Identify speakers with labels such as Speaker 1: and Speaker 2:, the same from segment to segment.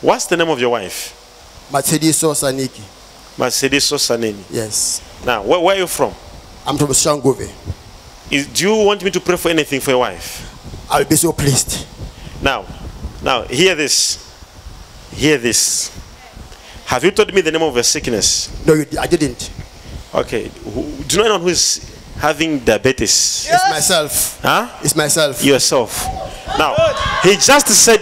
Speaker 1: What's the name of your wife?
Speaker 2: Mercedes Osaniki.
Speaker 1: Mercedes Sosaneni.
Speaker 2: Yes.
Speaker 1: Now, where, where are you from?
Speaker 2: I'm from Shangove.
Speaker 1: Is, do you want me to pray for anything for your wife?
Speaker 2: I'll be so pleased.
Speaker 1: Now, now, hear this. Hear this. Have you told me the name of your sickness?
Speaker 2: No, you, I didn't.
Speaker 1: Okay. Who, do you know anyone who is having diabetes?
Speaker 2: It's myself.
Speaker 1: Huh?
Speaker 2: It's myself.
Speaker 1: Yourself. Now, he just said,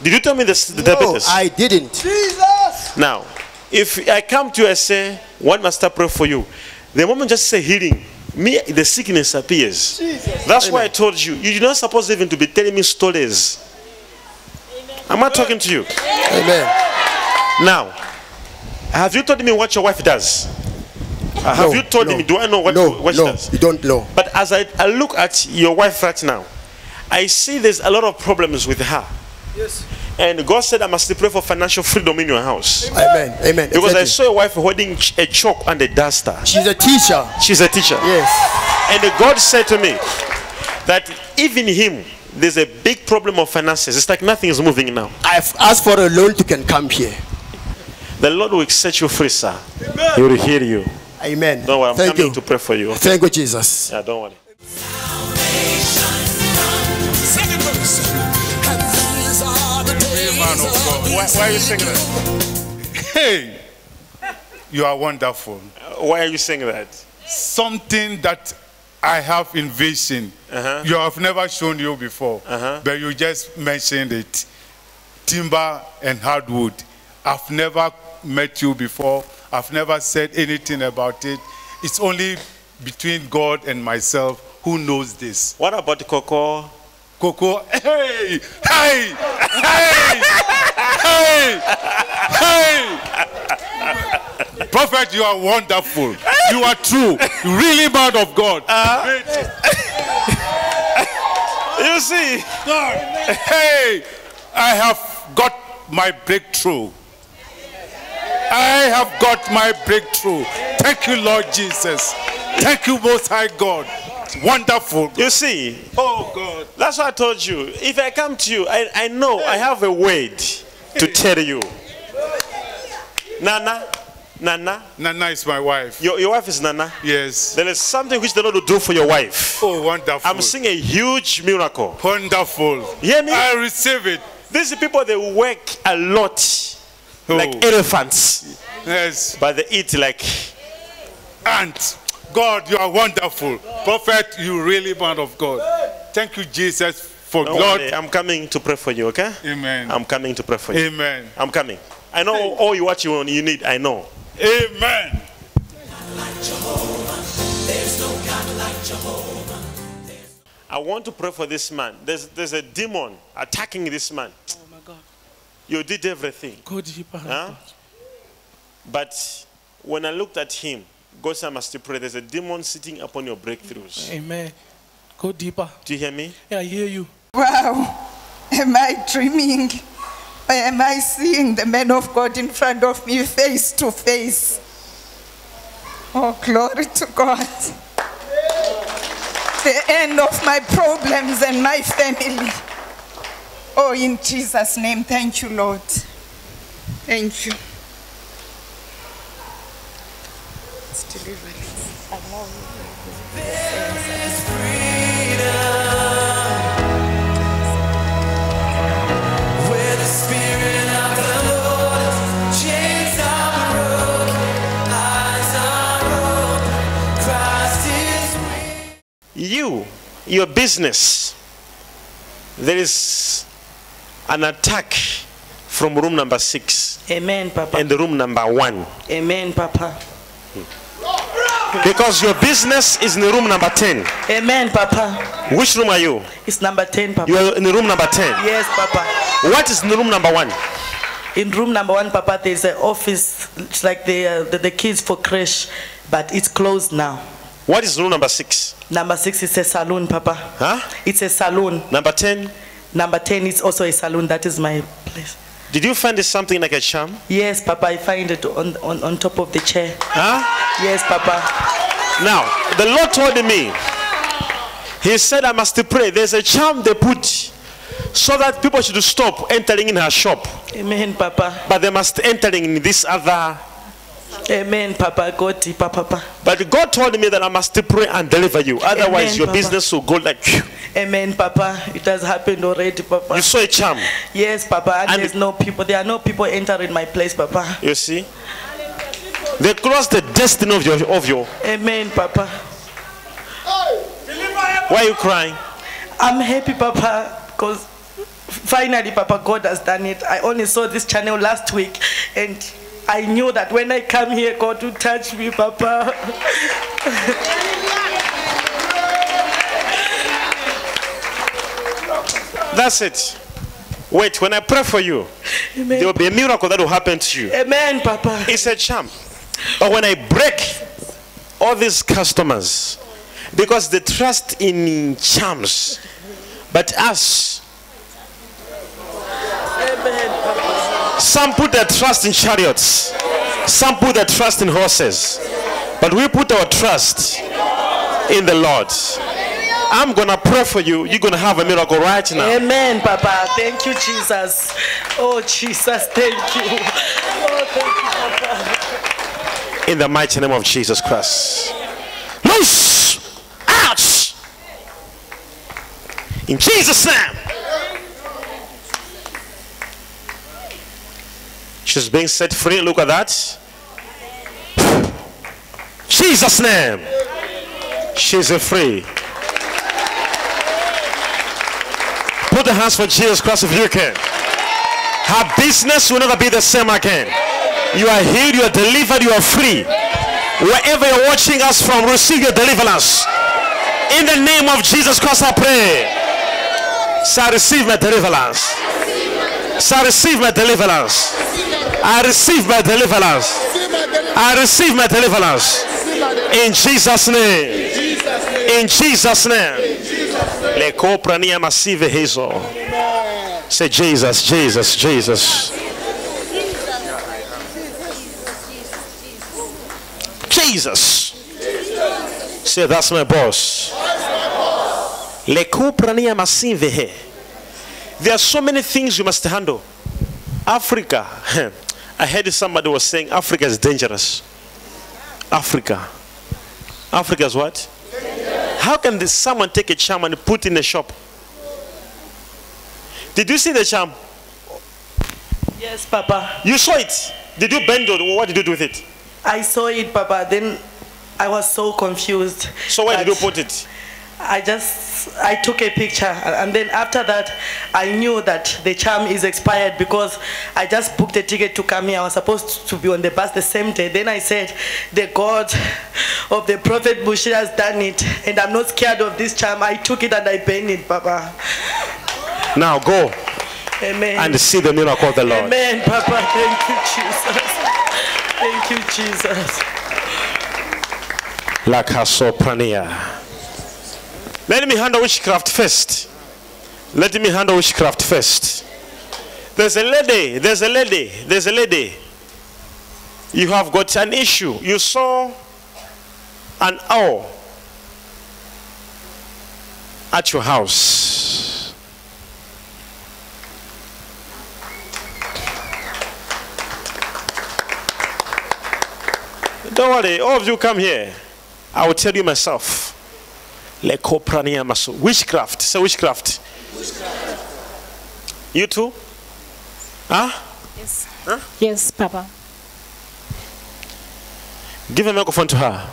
Speaker 1: Did you tell me this, the
Speaker 2: no,
Speaker 1: diabetes?
Speaker 2: I didn't.
Speaker 3: Jesus.
Speaker 1: Now, if I come to you and say, one master pray for you, the moment just say healing, me the sickness appears. That's why I told you, you- you're not supposed even to be telling me stories. Am I talking to you?
Speaker 2: Amen.
Speaker 1: Now, have you told me what your wife does? Uh, Have
Speaker 2: Ah, No,
Speaker 1: you told
Speaker 2: no,
Speaker 1: me? Do I know what,
Speaker 2: no,
Speaker 1: what she
Speaker 2: no,
Speaker 1: does?
Speaker 2: You don't know.
Speaker 1: But as I, I look at your wife right now, I see there's a lot of problems with her.
Speaker 3: Yes.
Speaker 1: And God said I must pray for financial freedom in your house.
Speaker 2: Amen. Amen.
Speaker 1: Because I
Speaker 2: Exactly.
Speaker 1: saw a wife holding ch- a chalk and a duster.
Speaker 2: She's a teacher.
Speaker 1: She's a teacher.
Speaker 2: Yes.
Speaker 1: And God said to me that even him, there's a big problem of finances. It's like nothing is moving now.
Speaker 2: I've asked for a loan to can come here.
Speaker 1: The Lord will set you free, sir. He will heal you.
Speaker 2: Amen.
Speaker 1: Don't worry, I'm
Speaker 2: Thank
Speaker 1: coming
Speaker 2: you.
Speaker 1: to pray for you.
Speaker 2: Thank you, Jesus.
Speaker 1: Yeah, don't worry.
Speaker 4: Man of God. Why, why are you singing that? Hey, you are wonderful.
Speaker 1: Why are you saying that?
Speaker 4: Something that I have in vision,
Speaker 1: Uh-huh.
Speaker 4: you have never shown you before,
Speaker 1: Uh-huh.
Speaker 4: but you just mentioned it. Timber and hardwood. I've never met you before. I've never said anything about it. It's only between God and myself who knows this.
Speaker 1: What about Coco?
Speaker 4: Coco, hey, hey, hey, hey, hey. Prophet, you are wonderful. You are true. Really man of God.
Speaker 1: You see,
Speaker 4: hey, I have got my breakthrough. I have got my breakthrough. Thank you, Lord Jesus. Thank you, Most High God. Wonderful.
Speaker 1: you see,
Speaker 4: Oh God.
Speaker 1: that's what I told you. If I come to you, I, I know I have a word to tell you. Nana, Nana,
Speaker 4: Nana is my wife.
Speaker 1: your, your wife is Nana.
Speaker 4: Yes.
Speaker 1: There is something which the Lord will do for your wife.
Speaker 4: Oh, wonderful.
Speaker 1: I'm seeing a huge miracle.
Speaker 4: Wonderful.
Speaker 1: Hear me?
Speaker 4: I receive it.
Speaker 1: These people they work a lot, like
Speaker 4: Oh.
Speaker 1: elephants,
Speaker 4: Yes.
Speaker 1: but they eat like.
Speaker 4: And God, you are wonderful. Prophet, you really man of God. Thank you, Jesus, for
Speaker 1: Don't
Speaker 4: God.
Speaker 1: worry, I'm coming to pray for you. Okay?
Speaker 4: Amen.
Speaker 1: I'm coming to pray for you.
Speaker 4: Amen.
Speaker 1: I'm coming. I know all you what you want, you need. I know.
Speaker 4: Amen.
Speaker 1: I want to pray for this man. There's there's a demon attacking this man.
Speaker 3: Oh my God.
Speaker 1: You did everything,
Speaker 3: Go deeper.
Speaker 1: huh? But when I looked at him, God said, "I must pray." There's a demon sitting upon your breakthroughs.
Speaker 3: Amen. Go deeper.
Speaker 1: Do you hear me?
Speaker 3: Yeah, I hear you.
Speaker 5: Wow. Am I dreaming? Or am I seeing the man of God in front of me face to face? Oh, glory to God. The end of my problems and my family. Oh, in Jesus' name, thank you, Lord. Thank you. It's deliverance. I know.
Speaker 1: you, your business, there is an attack from room number six
Speaker 6: Amen, Papa.
Speaker 1: and room number one
Speaker 6: Amen, Papa.
Speaker 1: because your business is in room number 10.
Speaker 6: Amen, Papa.
Speaker 1: Which room are you?
Speaker 6: It's number 10, Papa.
Speaker 1: You are in room number 10.
Speaker 6: Yes, Papa.
Speaker 1: What is in room number one?
Speaker 6: In room number one, Papa, there's an office. It's like the, uh, the, the kids for crash, but it's closed now.
Speaker 1: What is room number six?
Speaker 6: Number six is a saloon, Papa.
Speaker 1: Huh?
Speaker 6: It's a saloon.
Speaker 1: Number 10.
Speaker 6: Number 10 is also a saloon. That is my place.
Speaker 1: Did you find this something like a charm?
Speaker 6: Yes, Papa, I find it on, on, on top of the chair.
Speaker 1: Huh?
Speaker 6: Yes, Papa.
Speaker 1: Now, the Lord told me, He said, I must pray. There's a charm they put so that people should stop entering in her shop,
Speaker 6: Amen, Papa.
Speaker 1: but they must entering in this other.
Speaker 6: Amen, Papa. Go deeper, Papa.
Speaker 1: But God told me that I must pray and deliver you, otherwise
Speaker 6: Amen,
Speaker 1: your
Speaker 6: Papa.
Speaker 1: business will go like phew.
Speaker 6: Amen, Papa. It has happened already, Papa.
Speaker 1: you saw a charm.
Speaker 6: Yes, Papa. And
Speaker 1: And-
Speaker 6: there's no people. There are no people entering my place, Papa.
Speaker 1: You see, they crossed the destiny of your of your.
Speaker 6: Amen, Papa.
Speaker 1: Why are you crying?
Speaker 6: I'm happy, Papa, because finally, Papa, God has done it. I only saw this channel last week, and I knew that when I come here, God will touch me, Papa.
Speaker 1: That's it. Wait, when I pray for you,
Speaker 6: Amen.
Speaker 1: there will be a miracle that will happen to you.
Speaker 6: Amen, Papa.
Speaker 1: It's a charm. But when I break all these customers, because they trust in charms, but us,
Speaker 6: Amen, Papa.
Speaker 1: some put their trust in chariots, some put their trust in horses, but we put our trust in the Lord. I'm gonna pray for you. You're gonna have a miracle right now.
Speaker 6: Amen, Papa. Thank you, Jesus. Oh, Jesus, thank you. Oh, thank you, Papa.
Speaker 1: In the mighty name of Jesus Christ. Loose! Out! In Jesus' name! She's being set free. Look at that. Jesus' name! She's free. Put the hands for Jesus Christ if you can. Her business will never be the same again. You are healed, you are delivered, you are free. Wherever you're watching us from, receive your deliverance. In the name of Jesus Christ, I pray. Say, I receive my deliverance. Say, I receive my deliverance. I receive my deliverance. I receive my deliverance. In Jesus' name. In Jesus' name. Le coprania massive hizo. Say, Jesus, Jesus, Jesus. Jesus. Say, that's my boss. Le kuprania masivehe. There are so many things you must handle. Africa. I heard somebody was saying Africa is dangerous. Africa. Africa is what? How can this, someone take a charm and put in a shop? Did you see the charm?
Speaker 6: Yes, Papa.
Speaker 1: You saw it. Did you bend it? What did you do with it?
Speaker 6: I saw it, Papa. Then I was so confused.
Speaker 1: So where did you
Speaker 6: But-
Speaker 1: put it?
Speaker 6: I just I took a picture and then after that I knew that the charm is expired because I just booked a ticket to come here. I was supposed to be on the bus the same day. Then I said the God of the prophet Bushi has done it and I'm not scared of this charm. I took it and I burned it, Papa.
Speaker 1: Now go
Speaker 6: Amen.
Speaker 1: and see the miracle of the Lord.
Speaker 6: Amen, Papa. Thank you, Jesus. Thank you, Jesus.
Speaker 1: like her soprania. Let me handle witchcraft first. Let me handle witchcraft first. There's a lady, there's a lady, there's a lady. You have got an issue. You saw an owl at your house. Don't worry, all of you come here. I will tell you myself. Lekoprania maso. Witchcraft. Say witchcraft. You too? Huh?
Speaker 7: Yes, Papa.
Speaker 1: Give a microphone to her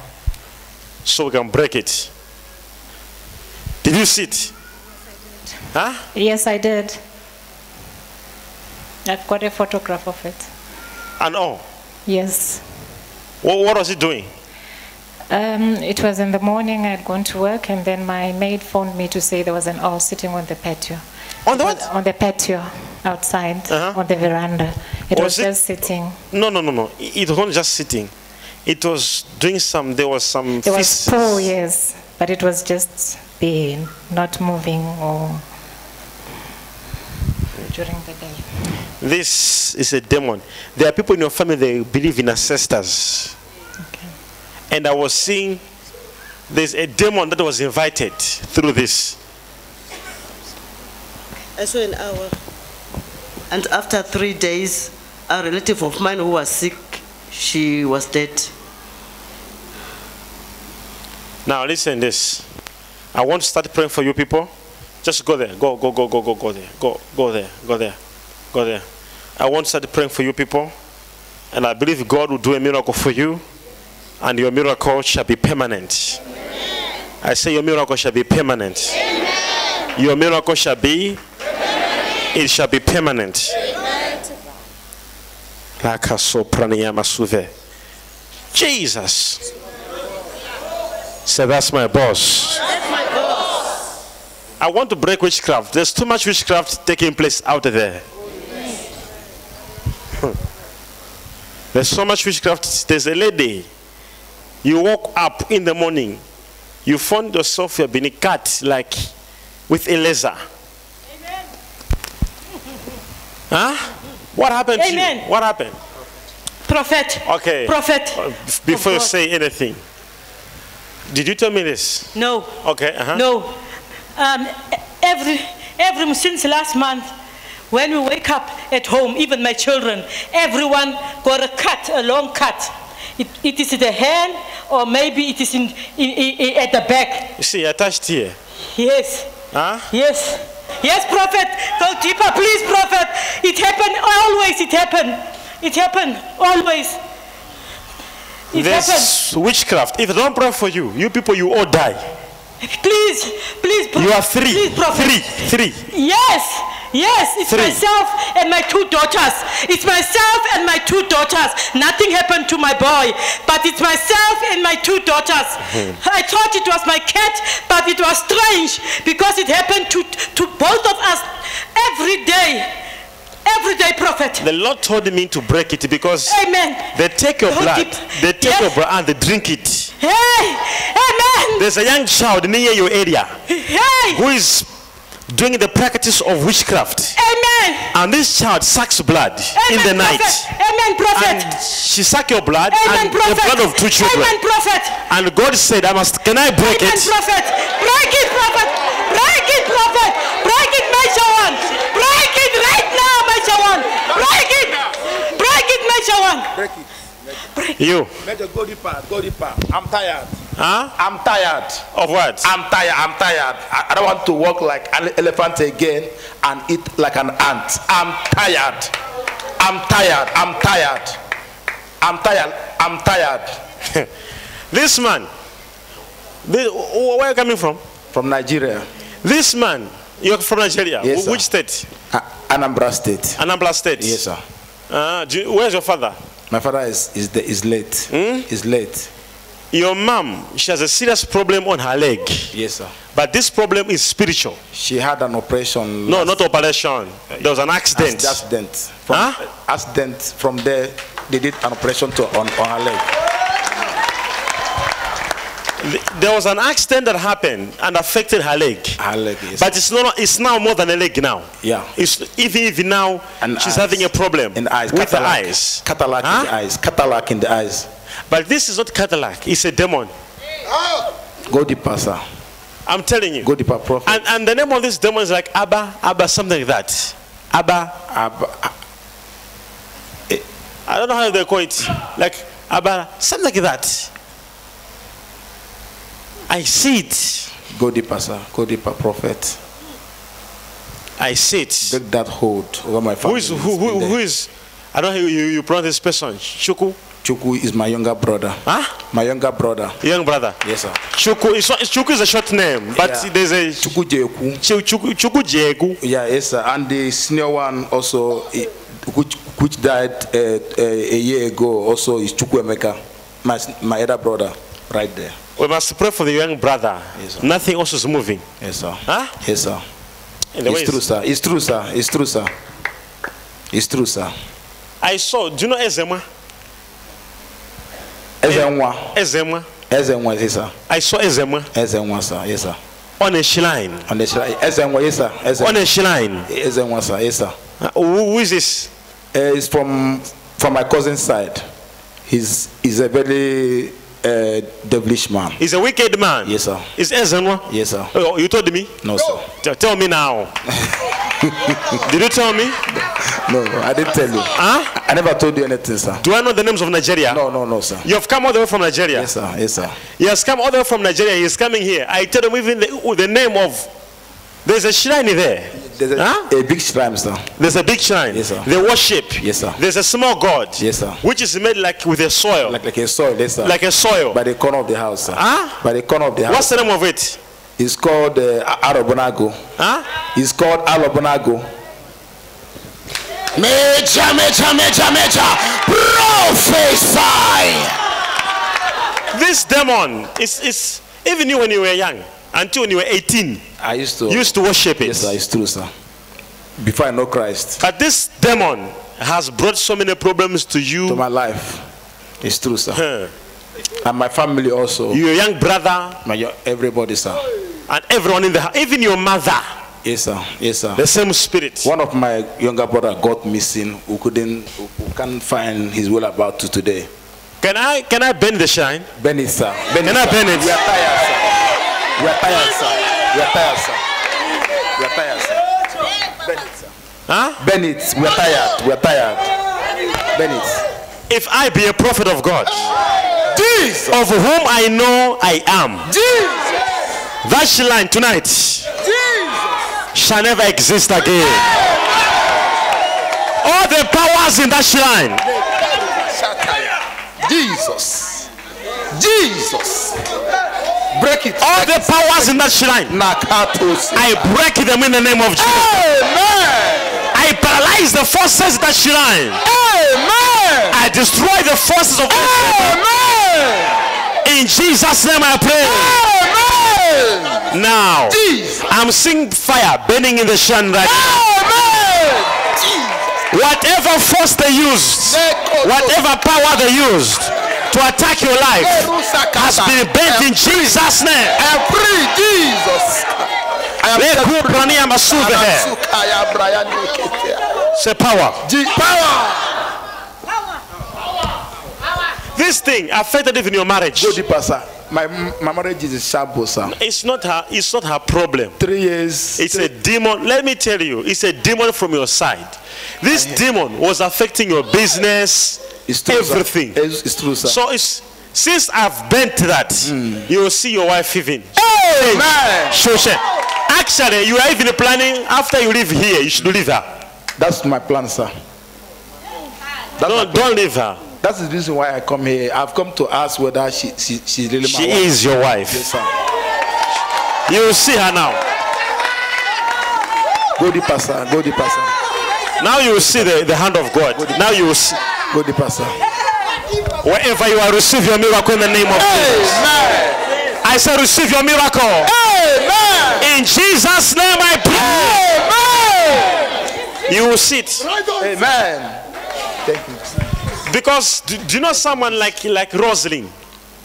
Speaker 1: so we can break it. Did you see it? Huh?
Speaker 7: Yes, I did. I got a photograph of it.
Speaker 1: And oh,
Speaker 7: Yes.
Speaker 1: what, what was it doing?
Speaker 7: Um, it was in the morning. I had gone to work, and then my maid phoned me to say there was an owl sitting on the patio.
Speaker 1: On the
Speaker 7: It was
Speaker 1: what?
Speaker 7: On the patio outside,
Speaker 1: Uh-huh.
Speaker 7: on the veranda. It
Speaker 1: Was
Speaker 7: was,
Speaker 1: it-
Speaker 7: just sitting.
Speaker 1: No, no, no, no. It it wasn't just sitting. It was doing some. There was some.
Speaker 7: There was
Speaker 1: feces.
Speaker 7: poo, yes, but it was just being, not moving or during the day.
Speaker 1: This is a demon. There are people in your family they believe in ancestors. And I was seeing there's a demon that was invited through this.
Speaker 8: I saw an hour.
Speaker 9: And after three days, a relative of mine who was sick, she was dead.
Speaker 1: Now listen this. I want to start praying for you people. Just go there. Go, go, go, go, go, go there. Go, go there. Go there. Go there. I want to start praying for you people. And I believe God will do a miracle for you. And your miracle shall be permanent. I say your miracle shall be permanent. Your miracle shall be it shall be permanent. Laka sopraniyama suve. Jesus. Say, that's my boss. I want to break witchcraft. There's too much witchcraft taking place out there. Hmm. There's so much witchcraft. There's a lady. You woke up in the morning. You found yourself you have been cut like with a laser. Huh? What happened to
Speaker 9: Amen.
Speaker 1: you? What happened?
Speaker 9: Prophet.
Speaker 1: Okay.
Speaker 9: Prophet.
Speaker 1: Uh, Before you
Speaker 9: God.
Speaker 1: say anything, did you tell me this?
Speaker 10: No,
Speaker 1: Okay. Uh-huh.
Speaker 10: no. Um, e- every, every, since last month, when we wake up at home, even my children, everyone got a cut, a long cut. It, it is in the hand, or maybe it is in, in, in, in- at the back.
Speaker 1: You see, attached here.
Speaker 10: Yes,
Speaker 1: Huh?
Speaker 10: yes. Yes, prophet, go deeper, please, prophet. It happened always, it happened. It happened always. It happened.
Speaker 1: There's witchcraft. If I don't pray for you, you people, you all die.
Speaker 10: Please, please, pro-
Speaker 1: You are three,
Speaker 10: please, prophet.
Speaker 1: three, three.
Speaker 10: Yes, yes, it's
Speaker 1: Three.
Speaker 10: myself and my two daughters. It's myself and my two daughters. Nothing happened to my boy, but it's myself and my two daughters.
Speaker 1: Hmm.
Speaker 10: I thought it was my cat, but it was strange because it happened to, to both of us every day. Every day, prophet.
Speaker 1: The Lord told me to break it because
Speaker 10: Amen.
Speaker 1: they take your
Speaker 10: Don't
Speaker 1: blood,
Speaker 10: dip-
Speaker 1: they take
Speaker 10: Yes.
Speaker 1: your blood and they drink it.
Speaker 10: Hey, amen.
Speaker 1: There's a young child near your area
Speaker 10: Hey,
Speaker 1: who is doing the practice of witchcraft,
Speaker 10: amen.
Speaker 1: and this child sucks blood in
Speaker 10: Amen,
Speaker 1: the night.
Speaker 10: prophet. Amen, prophet.
Speaker 1: And she suck your blood
Speaker 10: Amen,
Speaker 1: and the
Speaker 10: prophet.
Speaker 1: blood of two children.
Speaker 10: Amen, prophet.
Speaker 1: And God said, I must. Can I
Speaker 10: Break
Speaker 1: break
Speaker 10: it,
Speaker 1: it?
Speaker 10: prophet. Break it, prophet. Break it, prophet. Break it, my Shawan. Break it right now, my Shawan. Break it. Break it, my Shawan.
Speaker 11: Break it.
Speaker 1: You,
Speaker 11: Let the go deeper, go deeper. I'm tired.
Speaker 1: huh?
Speaker 11: I'm tired.
Speaker 1: Of what?
Speaker 10: Ah.
Speaker 11: I'm tired. I'm tired. I, I don't want to walk like an elephant again and eat like an ant. I'm tired. I'm tired. I'm tired. I'm tired. I'm tired.
Speaker 1: This man. This, where are you coming from?
Speaker 11: From Nigeria,
Speaker 1: This man, you're from Nigeria.
Speaker 11: Yes, sir.
Speaker 1: Which state?
Speaker 11: A- Anambra State.
Speaker 1: Anambra State.
Speaker 11: Yes, sir.
Speaker 1: Uh, do you- where's your father?
Speaker 11: My father is is, the, is late. Is late.
Speaker 1: Your mom, she has a serious problem on her leg.
Speaker 11: Yes, sir.
Speaker 1: But this problem is spiritual.
Speaker 11: She had an operation.
Speaker 1: No, not operation. There was an accident.
Speaker 11: Acc- Accident. From,
Speaker 1: Huh?
Speaker 11: Accident. From there, they did an operation to on, on her leg.
Speaker 1: There was an accident that happened and affected her leg.
Speaker 11: Her leg. Yes.
Speaker 1: But it's not. It's now more than a leg now.
Speaker 11: Yeah.
Speaker 1: It's even even now.
Speaker 11: And
Speaker 1: she's
Speaker 11: eyes.
Speaker 1: having a problem
Speaker 11: in the eyes.
Speaker 1: with
Speaker 11: cataract.
Speaker 1: the eyes.
Speaker 11: Cataract in the
Speaker 1: Huh?
Speaker 11: eyes. Cataract in the eyes.
Speaker 1: But this is not Cadillac. It's a demon.
Speaker 11: Go deeper, sir.
Speaker 1: I'm telling you.
Speaker 11: Go deeper, prophet.
Speaker 1: And and the name of this demon is like Abba, Abba, something like that. Abba.
Speaker 11: Ab- ah,
Speaker 1: I don't know how they call it. Like Abba, something like that. I see it.
Speaker 11: go deeper, sir. Go deeper, prophet.
Speaker 1: I see it.
Speaker 11: Break that hold over my family.
Speaker 1: Who is who, who, who is? I don't know how you, you pronounce this person. Chuku,
Speaker 11: Chuku is my younger brother.
Speaker 1: Huh?
Speaker 11: My younger brother.
Speaker 1: young brother.
Speaker 11: Yes, sir.
Speaker 1: Chuku. It's not, Chuku is a short name, but
Speaker 11: Yeah.
Speaker 1: there's a
Speaker 11: Chuku Jeku.
Speaker 1: Chu- Chuku Chuku Jegu.
Speaker 11: Yeah, yes, sir. And the senior one also, eh, which, which died uh, a year ago, also is Chuku Emeka, my, s- my elder brother, right there.
Speaker 1: We must pray for the young brother.
Speaker 11: Yes, sir.
Speaker 1: Nothing else is moving.
Speaker 11: Yes, sir.
Speaker 1: Huh?
Speaker 11: Yes, sir.
Speaker 1: In the
Speaker 11: it's
Speaker 1: ways.
Speaker 11: true, sir. It's true, sir. It's true, sir. It's true, sir.
Speaker 1: I saw. Do you know Ezema?
Speaker 11: Ezenwa.
Speaker 1: Ezema.
Speaker 11: Ezenwa, yes, sir.
Speaker 1: I saw Ezema
Speaker 11: Ezenwa, sir. Yes, sir.
Speaker 1: on a shrine.
Speaker 11: On the shrine. Ezenwa, yes, sir.
Speaker 1: On
Speaker 11: Ezenwa.
Speaker 1: a shrine.
Speaker 11: Ezenwa, sir. Yes, sir.
Speaker 1: Uh, who- who is this?
Speaker 11: Uh, it's from from my cousin's side. He's he's a very uh, devilish man.
Speaker 1: He's a wicked man.
Speaker 11: Yes, sir.
Speaker 1: Is Ezema?
Speaker 11: Yes, sir.
Speaker 1: Oh, you told me.
Speaker 11: No, sir.
Speaker 1: T- tell me now. Did you tell me?
Speaker 11: No, no, I didn't tell you.
Speaker 1: Huh?
Speaker 11: I never told you anything, sir.
Speaker 1: Do I know the names of Nigeria?
Speaker 11: Oh, No, no, no, sir.
Speaker 1: You have come all the way from Nigeria.
Speaker 11: Yes, sir. Yes, sir.
Speaker 1: He has come all the way from Nigeria. He is coming here. I tell him even the, ooh, the name of. There's a shrine there.
Speaker 11: There's a,
Speaker 1: Huh?
Speaker 11: a big shrine, sir.
Speaker 1: There's a big shrine.
Speaker 11: Yes, sir.
Speaker 1: They worship.
Speaker 11: Yes, sir.
Speaker 1: There's a small god.
Speaker 11: Yes, sir.
Speaker 1: Which is made like with a soil. Like,
Speaker 11: Like like a soil, yes, sir.
Speaker 1: a soil.
Speaker 11: by the corner of the house, sir.
Speaker 1: Huh?
Speaker 11: By the corner of the house.
Speaker 1: What's the name of it?
Speaker 11: It's called uh, A- Arobonago.
Speaker 1: Huh?
Speaker 11: It's called Alobonago. Major, major, major, major. Prophesy.
Speaker 1: This demon is, is even you when you were young, until when you were 18,
Speaker 11: I used to.
Speaker 1: you used to worship it.
Speaker 11: Yes, sir. It's true, sir. Before I know Christ,
Speaker 1: But this demon has brought so many problems to you.
Speaker 11: to my life, it's true, sir.
Speaker 1: Huh.
Speaker 11: And my family also.
Speaker 1: your young brother
Speaker 11: My yo- everybody, sir.
Speaker 1: and everyone in the house, even your mother,
Speaker 11: Yes, sir. Yes, sir.
Speaker 1: the same spirit.
Speaker 11: One of my younger brother got missing. Who couldn't, who who can't find his whereabouts to today.
Speaker 1: Can I can I bend the shine?
Speaker 11: Benny, sir. Benny,
Speaker 1: Can I
Speaker 11: sir.
Speaker 1: burn it?
Speaker 11: We are tired, sir. We are tired, sir. We are tired, sir. We are tired, sir. Benny, sir.
Speaker 1: Huh?
Speaker 11: Benny, we are tired. We are tired. Benny.
Speaker 1: If I be a prophet of God,
Speaker 11: Jesus.
Speaker 1: of whom I know I am,
Speaker 11: Jesus.
Speaker 1: that shine tonight shall never exist again. All the powers in that shrine
Speaker 11: Jesus. Jesus. Break it.
Speaker 1: All the powers in that shrine,
Speaker 11: Nakatosi.
Speaker 1: I break them in the name of Jesus.
Speaker 11: Amen.
Speaker 1: I paralyze the forces that shrine.
Speaker 11: Amen.
Speaker 1: I destroy the forces of
Speaker 11: Amen.
Speaker 1: In Jesus' name I pray.
Speaker 11: Amen.
Speaker 1: Now,
Speaker 11: Jesus.
Speaker 1: I'm seeing fire burning in the shrine right now.
Speaker 11: Amen. Jesus.
Speaker 1: Whatever force they used, whatever power they used to attack your life has been bent in Jesus' name.
Speaker 11: I am free, Jesus. I am set
Speaker 1: Leku
Speaker 11: free.
Speaker 1: brani amasuvehe.
Speaker 11: Anasuka ya Brian Niketia.
Speaker 1: Say power.
Speaker 11: Je- Power.
Speaker 1: This thing affected even your marriage.
Speaker 11: Go deeper, sir. My, my marriage is a shambles, sir.
Speaker 1: It's not her. It's not her problem.
Speaker 11: Three years.
Speaker 1: It's a demon. Let me tell you, it's a demon from your side. This demon was affecting your business,
Speaker 11: It's true, sir.
Speaker 1: everything.
Speaker 11: It's, it's true, sir. Hmm.
Speaker 1: So it's since I've bent that, you will see your wife even.
Speaker 11: Amen.
Speaker 1: Sure, sure. Actually, you are even planning after you leave here, you should leave her.
Speaker 11: That's my plan, sir. That's, my plan.
Speaker 1: Don't, don't leave her.
Speaker 11: That's the reason why I come here. I've come to ask whether she, she, she's really my
Speaker 1: She
Speaker 11: wife.
Speaker 1: is your
Speaker 11: Yes,
Speaker 1: wife.
Speaker 11: sir.
Speaker 1: You will see her now.
Speaker 11: Go deeper, sir. Go deeper, sir.
Speaker 1: Now you will see the, the hand of God. Now you will see.
Speaker 11: Go deeper, sir.
Speaker 1: Wherever you are, receive your miracle in the name of Jesus.
Speaker 11: Amen.
Speaker 1: I say, receive your miracle.
Speaker 11: Amen.
Speaker 1: In Jesus' name I pray.
Speaker 11: Amen.
Speaker 1: You will see it.
Speaker 11: Amen. Thank you.
Speaker 1: Because do, do you know someone like like Rosalind?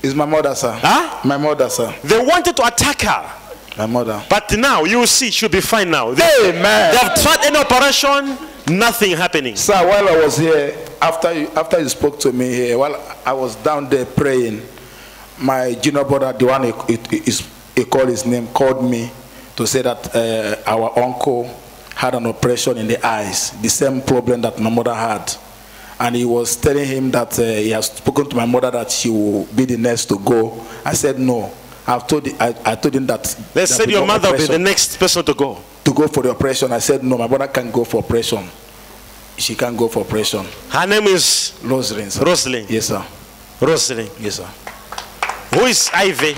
Speaker 11: It's my mother, sir.
Speaker 1: Huh?
Speaker 11: My mother, sir.
Speaker 1: They wanted to attack her,
Speaker 11: My mother.
Speaker 1: but now you will see she'll be fine now. They,
Speaker 11: Amen.
Speaker 1: they have tried any operation, nothing happening.
Speaker 11: Sir, while I was here, after you, after you spoke to me here, while I was down there praying, my junior brother, the one he, he, he, he called his name, called me to say that uh, our uncle had an operation in the eyes, the same problem that my mother had. And he was telling him that uh, he has spoken to my mother that she will be the next to go. I said, no. I've told, I, I told him that.
Speaker 1: They
Speaker 11: that
Speaker 1: said
Speaker 11: we
Speaker 1: your
Speaker 11: got
Speaker 1: mother will be
Speaker 11: operation
Speaker 1: the next person to go.
Speaker 11: to go for the operation. I said, no, my brother can't go for operation. She can't go for operation.
Speaker 1: Her name is
Speaker 11: Rosalind. sir.
Speaker 1: Rosalind.
Speaker 11: Yes, sir.
Speaker 1: Rosalind.
Speaker 11: Yes, sir.
Speaker 1: Who is Ivy?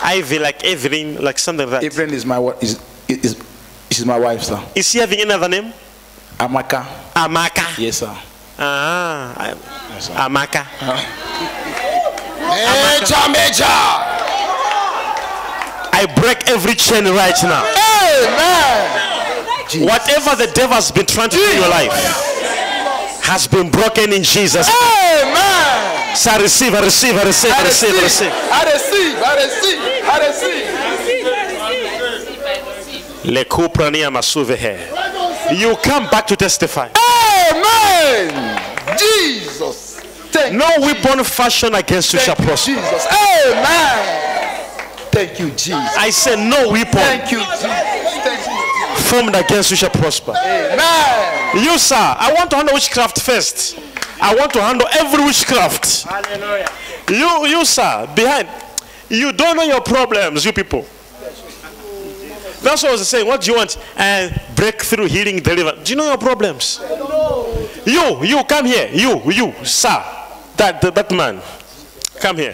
Speaker 1: Ivy, like Evelyn, like something like that.
Speaker 11: Evelyn is my wife. Is, is, she's my wife, sir.
Speaker 1: Is she having another name?
Speaker 11: Amaka.
Speaker 1: Amaka.
Speaker 11: Yes, sir.
Speaker 1: Ah, I- Amaka.
Speaker 2: Major, major.
Speaker 1: I break every chain right now. Amen. Whatever the devil has been trying to do in your life has been broken in Jesus.
Speaker 11: Amen.
Speaker 1: So I receive, I receive, I receive, I receive, I receive.
Speaker 11: I receive. I receive. I receive.
Speaker 1: Lekuprania masuvehe. You come back to testify.
Speaker 11: Amen. Jesus. Thank
Speaker 1: No weapon fashioned against you shall
Speaker 11: Thank you,
Speaker 1: prosper.
Speaker 11: Jesus. Amen. Thank you, Jesus.
Speaker 1: I say no weapon
Speaker 11: Thank you, Jesus. Thank you. Jesus.
Speaker 1: formed against you shall prosper. You, sir, I want to handle witchcraft first. I want to handle every witchcraft. You, you, sir, behind. You don't know your problems, you people. That's what I was saying. What do you want? And breakthrough, healing, deliverance. Do you know your problems? You, you, come here. You, you, sir. That, that, that man. Come here.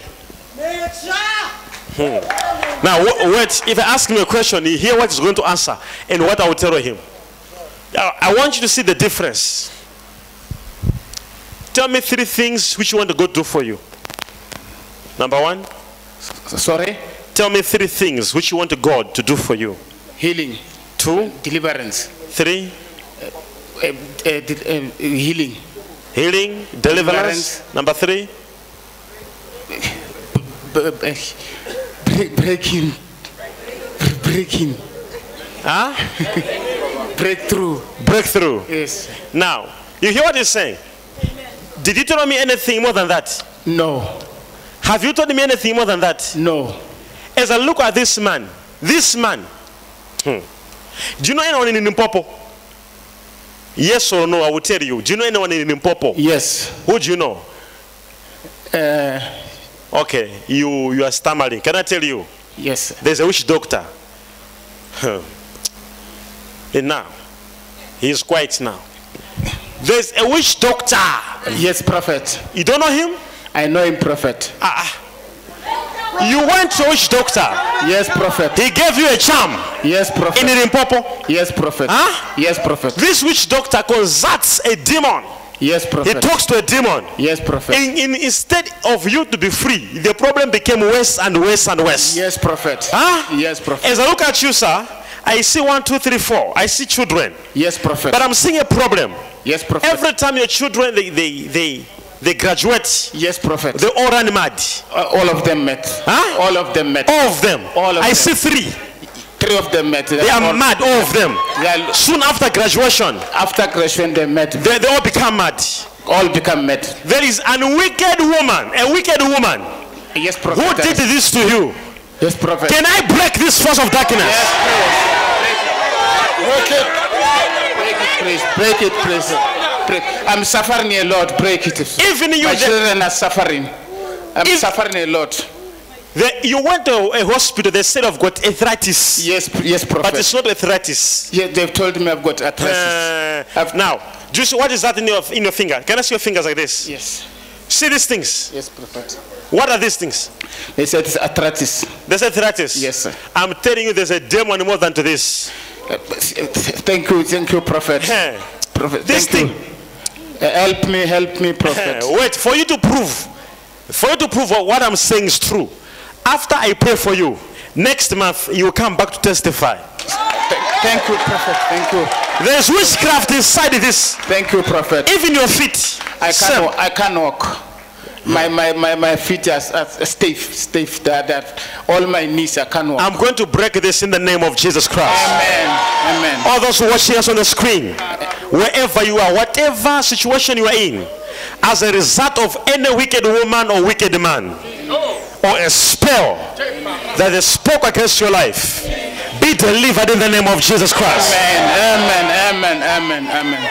Speaker 1: Hmm. Now, wa- wait. If I ask him a question, he hear what he's going to answer and what I will tell him. I, I want you to see the difference. Tell me three things which you want God to do for you. Number one,
Speaker 2: Sorry?
Speaker 1: tell me three things which you want God to do for you.
Speaker 2: Healing.
Speaker 1: Two,
Speaker 2: Deliverance.
Speaker 1: three,
Speaker 2: Uh, uh, de- uh, healing.
Speaker 1: healing, deliverance. Number three,
Speaker 2: B- eh, b- eh, break, breaking. Br- Breaking.
Speaker 1: huh?
Speaker 2: Breakthrough.
Speaker 1: breakthrough.
Speaker 2: Yes.
Speaker 1: Now, you hear what he's saying? Did you tell me anything more than that?
Speaker 2: No.
Speaker 1: Have you told me anything more than that?
Speaker 2: No.
Speaker 1: As I look at this man, this man, hmm, do you know anyone in Nimpopo? Yes or no, I will tell you. Do you know anyone in Nimpopo?
Speaker 2: Yes.
Speaker 1: Who do you know?
Speaker 2: Uh,
Speaker 1: Okay, you, you are stammering. Can I tell you?
Speaker 2: yes.
Speaker 1: There's a witch doctor. Huh. And now, he is quiet now. There's a witch doctor.
Speaker 2: Yes, prophet.
Speaker 1: You don't know him?
Speaker 2: I know him, prophet.
Speaker 1: Ah, ah. you went to which doctor?
Speaker 2: Yes, prophet.
Speaker 1: He gave you a charm
Speaker 2: Yes,
Speaker 1: in
Speaker 2: prophet.
Speaker 1: Limpopo.
Speaker 2: Yes, prophet.
Speaker 1: Huh?
Speaker 2: Yes, prophet.
Speaker 1: This witch doctor consults a demon.
Speaker 2: Yes,
Speaker 1: He
Speaker 2: prophet.
Speaker 1: talks to a demon.
Speaker 2: Yes, prophet.
Speaker 1: In, in, instead of you to be free, the problem became worse and worse and worse.
Speaker 2: Yes, prophet.
Speaker 1: Huh?
Speaker 2: Yes, prophet.
Speaker 1: As I look at you, sir, I see one, two, three, four. I see children,
Speaker 2: Yes, prophet.
Speaker 1: but I'm seeing a problem.
Speaker 2: Yes, prophet.
Speaker 1: Every time your children they they they, they graduate,
Speaker 2: Yes, prophet.
Speaker 1: they all run mad.
Speaker 2: Uh, all of them met.
Speaker 1: Huh?
Speaker 2: All of them met.
Speaker 1: All of them.
Speaker 2: All of
Speaker 1: I
Speaker 2: them.
Speaker 1: see three.
Speaker 2: Three of them met.
Speaker 1: They are
Speaker 2: All-
Speaker 1: mad, all of them.
Speaker 2: They are-
Speaker 1: Soon after graduation,
Speaker 2: after graduation, they met.
Speaker 1: they, they all become mad.
Speaker 2: All become met.
Speaker 1: There is an wicked woman, a wicked woman,
Speaker 2: Yes, prophet.
Speaker 1: who did this to you.
Speaker 2: Yes, prophet.
Speaker 1: Can I break this force of darkness?
Speaker 2: Break it. Break it, please. Break it, please. Break. I'm suffering a lot. Break it.
Speaker 1: Even you,
Speaker 2: My
Speaker 1: the,
Speaker 2: children are suffering. I'm
Speaker 1: If-
Speaker 2: suffering a lot.
Speaker 1: the, you went to a hospital, they said I've got arthritis,
Speaker 2: Yes, p- yes, prophet.
Speaker 1: but it's not arthritis.
Speaker 2: yeah, they've told me I've got arthritis.
Speaker 1: Uh,
Speaker 2: I've-
Speaker 1: now, do you see what is that in your, in your finger? Can I see your fingers like this?
Speaker 2: yes,
Speaker 1: See these things.
Speaker 2: yes, prophet.
Speaker 1: What are these things?
Speaker 2: They said it's arthritis.
Speaker 1: There's arthritis.
Speaker 2: Yes, sir.
Speaker 1: I'm telling you, there's a demon more than to this.
Speaker 2: Uh, Thank you, thank you, prophet.
Speaker 1: Eh.
Speaker 2: Prophet,
Speaker 1: This
Speaker 2: thank
Speaker 1: thing.
Speaker 2: you. Uh, help me, help me, prophet.
Speaker 1: Eh, Wait, for you to prove, for you to prove what, what I'm saying is true, after I pray for you, next month you will come back to testify.
Speaker 2: Th- thank you, prophet. Thank you,
Speaker 1: There's witchcraft inside this,
Speaker 2: thank you, prophet.
Speaker 1: even your feet.
Speaker 2: I
Speaker 1: Sir,
Speaker 2: can't, wa- I can't walk. My my my my feet are, are stiff, stiff. That that all my knees I can't walk.
Speaker 1: I'm going to break this in the name of Jesus Christ.
Speaker 2: Amen, amen.
Speaker 1: All those watching us on the screen, wherever you are, whatever situation you are in, as a result of any wicked woman or wicked man, or a spell that is spoke against your life, be delivered in the name of Jesus Christ.
Speaker 2: Amen, amen, amen, amen, amen,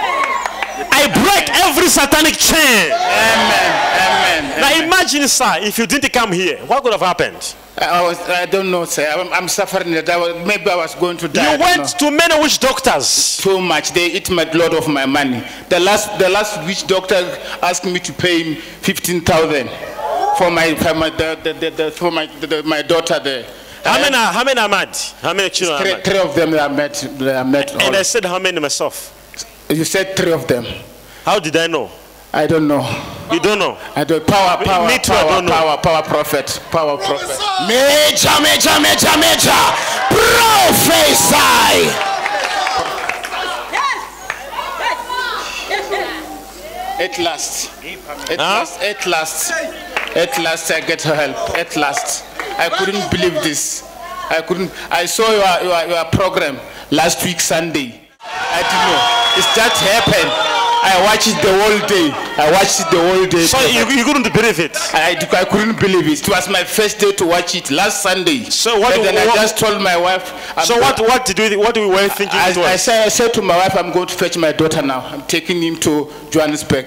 Speaker 1: I break every satanic chain.
Speaker 2: amen. amen.
Speaker 1: Now imagine, sir, if you didn't come here, what could have happened?
Speaker 2: I was, I don't know, sir. I'm, I'm suffering. That I was, maybe I was going to die. I
Speaker 1: you
Speaker 2: don't know.
Speaker 1: went to many witch doctors.
Speaker 2: so much. They eat my lot of my money. The last, the last witch doctor asked me to pay him fifteen thousand for my, for my, the, the, the, the, for my, the, the, my daughter there.
Speaker 1: How many, are, how many are mad? How many children are
Speaker 2: Three,
Speaker 1: mad?
Speaker 2: three of them I met. I met. All.
Speaker 1: And I said, how many myself?
Speaker 2: uh, you said three of them.
Speaker 1: How did I know?
Speaker 2: I don't know.
Speaker 1: You don't know.
Speaker 2: I don't power,
Speaker 1: Me-
Speaker 2: power,
Speaker 1: me too, I
Speaker 2: power,
Speaker 1: don't know.
Speaker 2: power, power, prophet, power, prophet.
Speaker 12: Major, major, major, major. Prophesy.
Speaker 2: At last, at
Speaker 1: Huh?
Speaker 2: last, at last, at last, I get her help. At last, I couldn't believe this. I couldn't. I saw your your, your program last week Sunday. I didn't know. It just happened. I watched it the whole day. I watched it the whole day.
Speaker 1: So you- couldn't believe it?
Speaker 2: I, I couldn't believe it. It was my first day to watch it last Sunday. So
Speaker 1: what-
Speaker 2: And then I
Speaker 1: what-
Speaker 2: just told my wife. I'm
Speaker 1: So
Speaker 2: go-
Speaker 1: what, what did you, what we were thinking
Speaker 2: I,
Speaker 1: it was?
Speaker 2: I, said, I said to my wife, I'm going to fetch my daughter now. I'm taking him to Johannesburg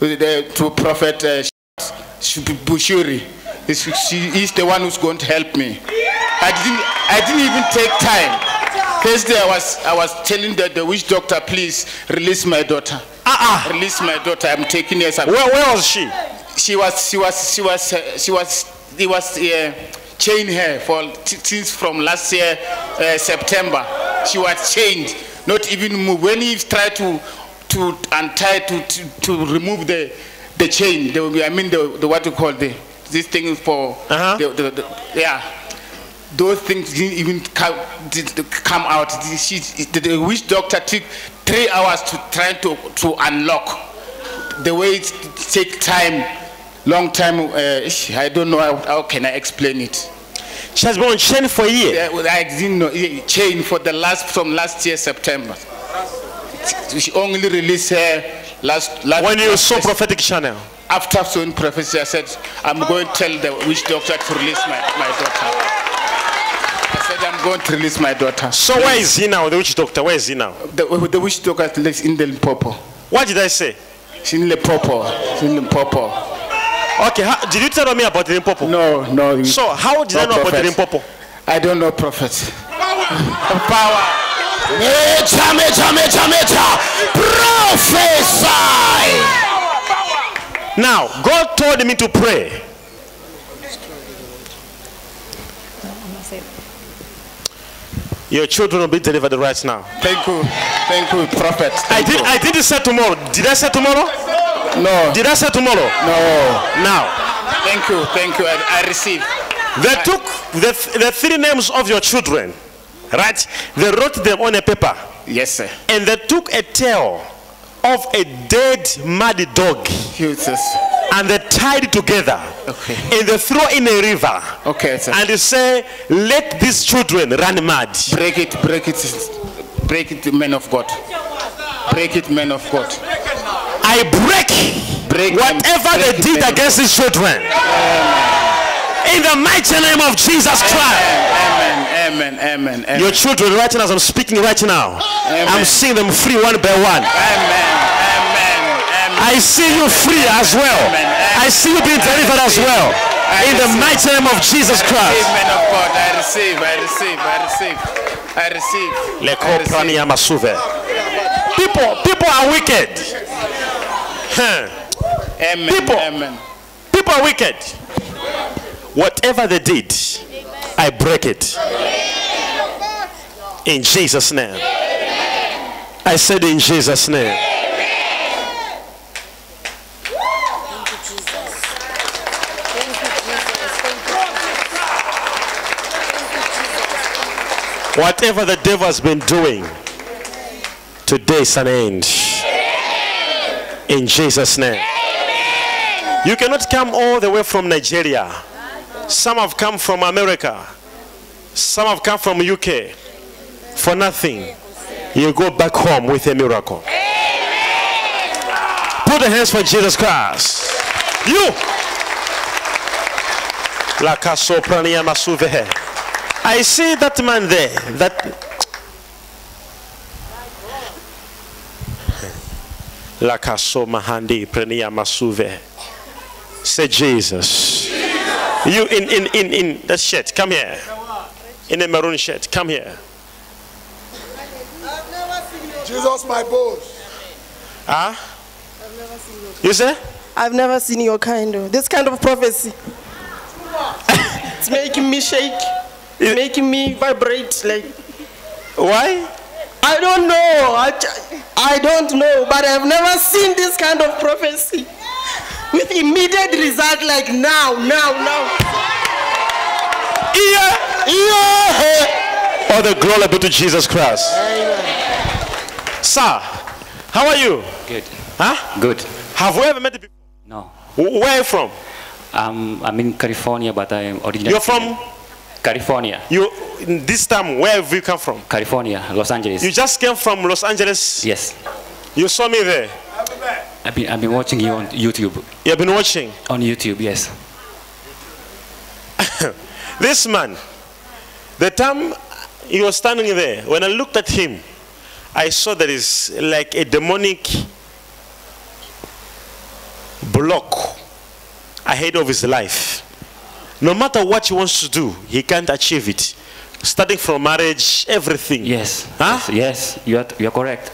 Speaker 2: with the- to Prophet uh, Sh- Bushiri. He's, she, he's the one who's going to help me. I didn't, I didn't even take time. Thursday, I was, I was telling the, the witch doctor, please release my daughter. Uh-uh. Release my daughter. I'm taking her. Where,
Speaker 1: Ah, where was she?
Speaker 2: She was, she was, she was, uh, she was, he was uh, chained her for t- since from last year uh, September. She was chained, not even move. When he tried to, to untie to, to, to remove the, the chain, the, I mean the, the what you call the this thing for
Speaker 1: Uh-huh.
Speaker 2: the, the, the yeah those things didn't even come, did, come out. The, she, the, the witch doctor took three hours to try to, to unlock. The way it take time, long time. Uh, sh- I don't know how, how can I explain it.
Speaker 1: She has been on chain for a year.
Speaker 2: I didn't know eh, chain for the last from last year September. She only released her last last.
Speaker 1: When you saw prophetic channel.
Speaker 2: After sowing prophecy, I said, I'm going to tell the witch doctor to release my, my daughter. I said, I'm going to release my daughter.
Speaker 1: So where is he now, the witch doctor? Where is he now?
Speaker 2: The, the witch doctor lives in the Limpopo.
Speaker 1: What did I say?
Speaker 2: She's in Limpopo. She's in Limpopo.
Speaker 1: Okay, how, did you tell me about the Limpopo?
Speaker 2: No, no.
Speaker 1: So how did I know about the Limpopo?
Speaker 2: I don't know prophet. Power.
Speaker 12: Major, major, major, major. Prophesy.
Speaker 1: Now, God told me to pray. Your children will be delivered right now.
Speaker 2: Thank you. Thank you, prophet.
Speaker 1: I did I didn't say tomorrow. Did I say tomorrow?
Speaker 2: No.
Speaker 1: Did I say tomorrow?
Speaker 2: No.
Speaker 1: Now.
Speaker 2: Thank you. Thank you. I, I receive.
Speaker 1: They took the, th- the three names of your children, right? They wrote them on a paper.
Speaker 2: Yes, sir.
Speaker 1: And they took a tail of a dead muddy dog. And they tied it together. Okay. And they threw in a river.
Speaker 2: Okay, sir.
Speaker 1: And they say, let these children run mad.
Speaker 2: Break it, break it, break it, men of God. Break it, men of God.
Speaker 1: I break, whatever they did against these children. In the mighty name of Jesus Christ.
Speaker 2: Amen, amen, amen, amen.
Speaker 1: Your children, right now, as I'm speaking right now, I'm seeing them free one by one. I see you free as well. I see you being delivered as well. In the mighty name of Jesus
Speaker 2: Receive,
Speaker 1: Christ.
Speaker 2: men of God. I receive, I receive, I receive, I receive.
Speaker 1: Leko prani amasuve. People, people are wicked. Huh.
Speaker 2: Amen.
Speaker 1: People.
Speaker 2: Amen.
Speaker 1: People are wicked. Whatever they did, I break it. In Jesus' name. I said in Jesus' name. Whatever the devil has been doing, today is an end. In Jesus' name. You cannot come all the way from Nigeria. Some have come from America. Some have come from UK for nothing. You go back home with a miracle. Put the hands for Jesus Christ. You. Laka soprania masuvehe. I see that man there. That. Laka so mahandi prania masuvehe. Say Jesus. You in in in in that shirt, come here. In a maroon shirt, come here.
Speaker 13: Jesus, my bones.
Speaker 1: Huh? You say?
Speaker 14: I've never seen your kind of this kind of prophecy. it's making me shake. It's making me vibrate. Like
Speaker 1: why?
Speaker 14: I don't know. I, ju- I don't know. But I've never seen this kind of prophecy with immediate result. Like now, now, now.
Speaker 1: Yeah, yeah. All Oh, the glory be to Jesus Christ. Sir, how are you?
Speaker 15: Good.
Speaker 1: Huh?
Speaker 15: Good.
Speaker 1: Have we ever met before?
Speaker 15: No.
Speaker 1: Where are you from?
Speaker 15: Um, I'm in California, but I am originally.
Speaker 1: You're from
Speaker 15: California.
Speaker 1: you. in This time, where have you come from?
Speaker 15: California, Los Angeles.
Speaker 1: You just came from Los Angeles.
Speaker 15: Yes.
Speaker 1: You saw me there.
Speaker 15: I've been, I've been watching you on YouTube.
Speaker 1: You've been watching?
Speaker 15: On YouTube, yes.
Speaker 1: this man, the time he was standing there, when I looked at him, I saw there is like a demonic block ahead of his life. No matter what he wants to do, he can't achieve it. Starting from marriage, everything.
Speaker 15: Yes. Huh? Yes, you are, you are correct.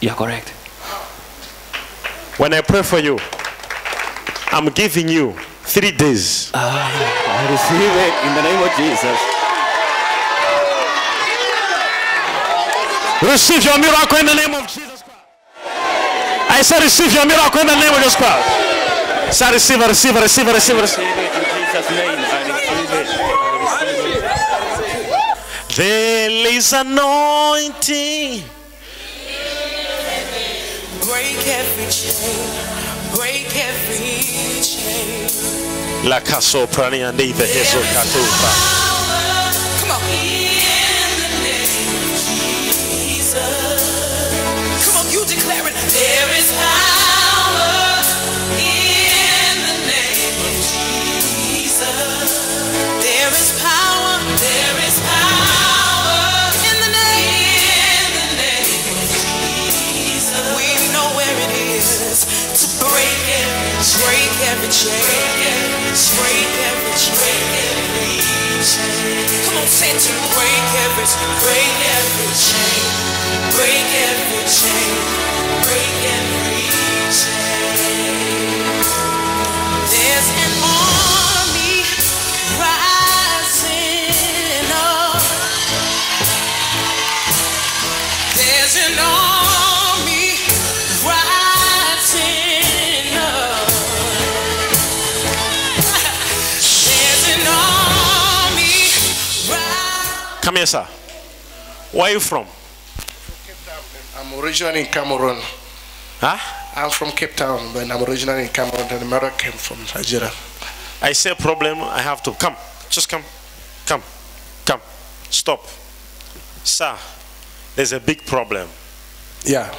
Speaker 15: You are correct.
Speaker 1: When I pray for you, I'm giving you three days.
Speaker 15: Ah, I receive it in the name of Jesus.
Speaker 1: Receive your miracle in the name of Jesus Christ. I say, receive your miracle in the name of Jesus Christ. Say, receive, it, receive, it, receive, it, receive, it, receive. it.
Speaker 15: Jesus' name, I receive it. I receive it.
Speaker 1: There is anointing.
Speaker 16: Break every chain. Break every chain.
Speaker 1: La caso praniande the heso katuba.
Speaker 16: Come on. In the name of Jesus. Come on, you declare it. There is power in the name of Jesus. There is power. There is power in the name. In the name of Jesus. We know where it is to break it, break every chain, break every chain. Come on, say it to me. break every, break every chain, break every chain, break every chain. There's an army rising up. There's an army rising up. There's an army
Speaker 1: Come here, sir. Where are you from?
Speaker 17: I'm originally in Cameroon.
Speaker 1: Huh?
Speaker 17: I'm from Cape Town, but I'm originally in Cameroon. And mother came from Nigeria.
Speaker 1: I say problem, I have to come. Just come. Come. Come. Stop. Sir, there's a big problem.
Speaker 17: Yeah,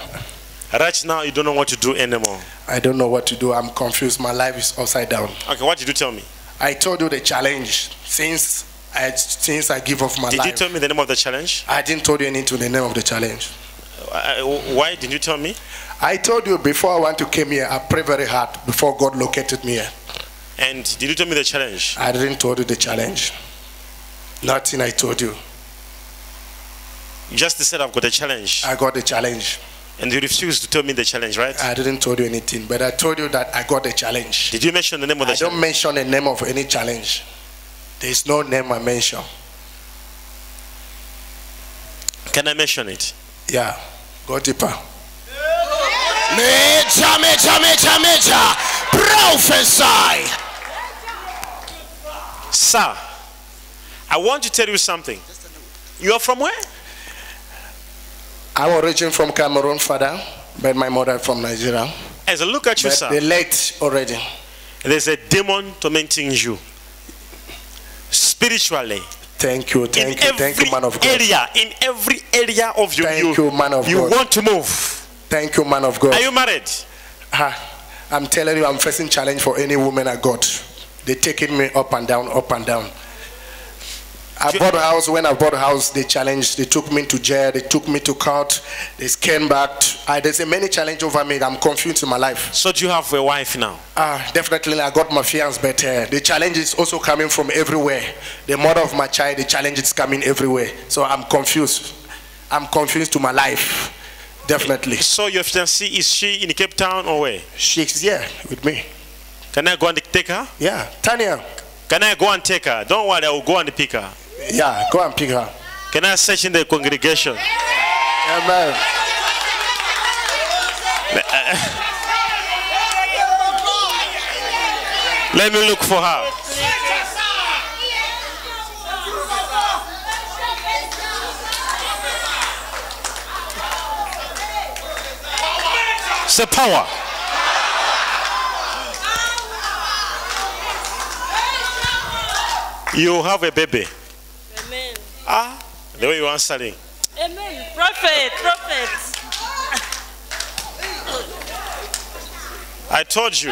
Speaker 1: Right now you don't know what to do anymore.
Speaker 17: I don't know what to do. I'm confused. My life is upside down.
Speaker 1: Okay, what did you tell me?
Speaker 17: I told you the challenge since I since I give up my
Speaker 1: Did you
Speaker 17: life.
Speaker 1: tell me the name of the challenge?
Speaker 17: I didn't tell you anything the name of the challenge.
Speaker 1: Uh, why didn't you tell me?
Speaker 17: I told you before I want to came here. I pray very hard before God located me here.
Speaker 1: And did you tell me the challenge?
Speaker 17: I didn't told you the challenge. Nothing I told you.
Speaker 1: You just said I've got a challenge.
Speaker 17: I got the challenge.
Speaker 1: And you refused to tell me the challenge, right?
Speaker 17: I didn't told you anything, but I told you that I got the challenge.
Speaker 1: Did you mention the name of the
Speaker 17: I don't mention the name of any challenge. There is no name I mention.
Speaker 1: Can I mention it?
Speaker 17: Yeah, go deeper.
Speaker 12: Mecha, mecha, mecha, mecha. Prophesy.
Speaker 1: Sir, I want to tell you something. You are from where?
Speaker 17: I'm origin from Cameroon, father, but my mother from Nigeria.
Speaker 1: As I look at you,
Speaker 17: But
Speaker 1: sir,
Speaker 17: they late already.
Speaker 1: there's a demon tormenting you spiritually.
Speaker 17: Thank you, thank you, thank you, man of God.
Speaker 1: Area in every area of your
Speaker 17: Thank you, man of
Speaker 1: you
Speaker 17: God.
Speaker 1: want to move.
Speaker 17: Thank you, man of God.
Speaker 1: Are you married?
Speaker 17: Ah, I'm telling you, I'm facing challenge for any woman I got. They taking me up and down, up and down. I bought a house. When I bought a house, they challenged. They took me to jail. They took me to court. They came back. I, there's a many challenge over me. I'm confused in my life.
Speaker 1: So do you have a wife now?
Speaker 17: Ah, definitely, I got my fiance, but uh, the challenge is also coming from everywhere. The mother of my child, the challenge is coming everywhere. So I'm confused. I'm confused to my life. Definitely.
Speaker 1: So your fiancée is she in Cape Town or where?
Speaker 17: She's here with me.
Speaker 1: Can I go and take her?
Speaker 17: Yeah, Tanya.
Speaker 1: Can I go and take her? Don't worry, I will go and pick her.
Speaker 17: Yeah, go and pick her.
Speaker 1: Can I search in the congregation?
Speaker 17: Amen.
Speaker 1: Let me look for her. It's a power. You have a baby.
Speaker 10: Amen.
Speaker 1: Ah, the way you're answering.
Speaker 10: Amen. Prophet, prophet.
Speaker 1: I told you.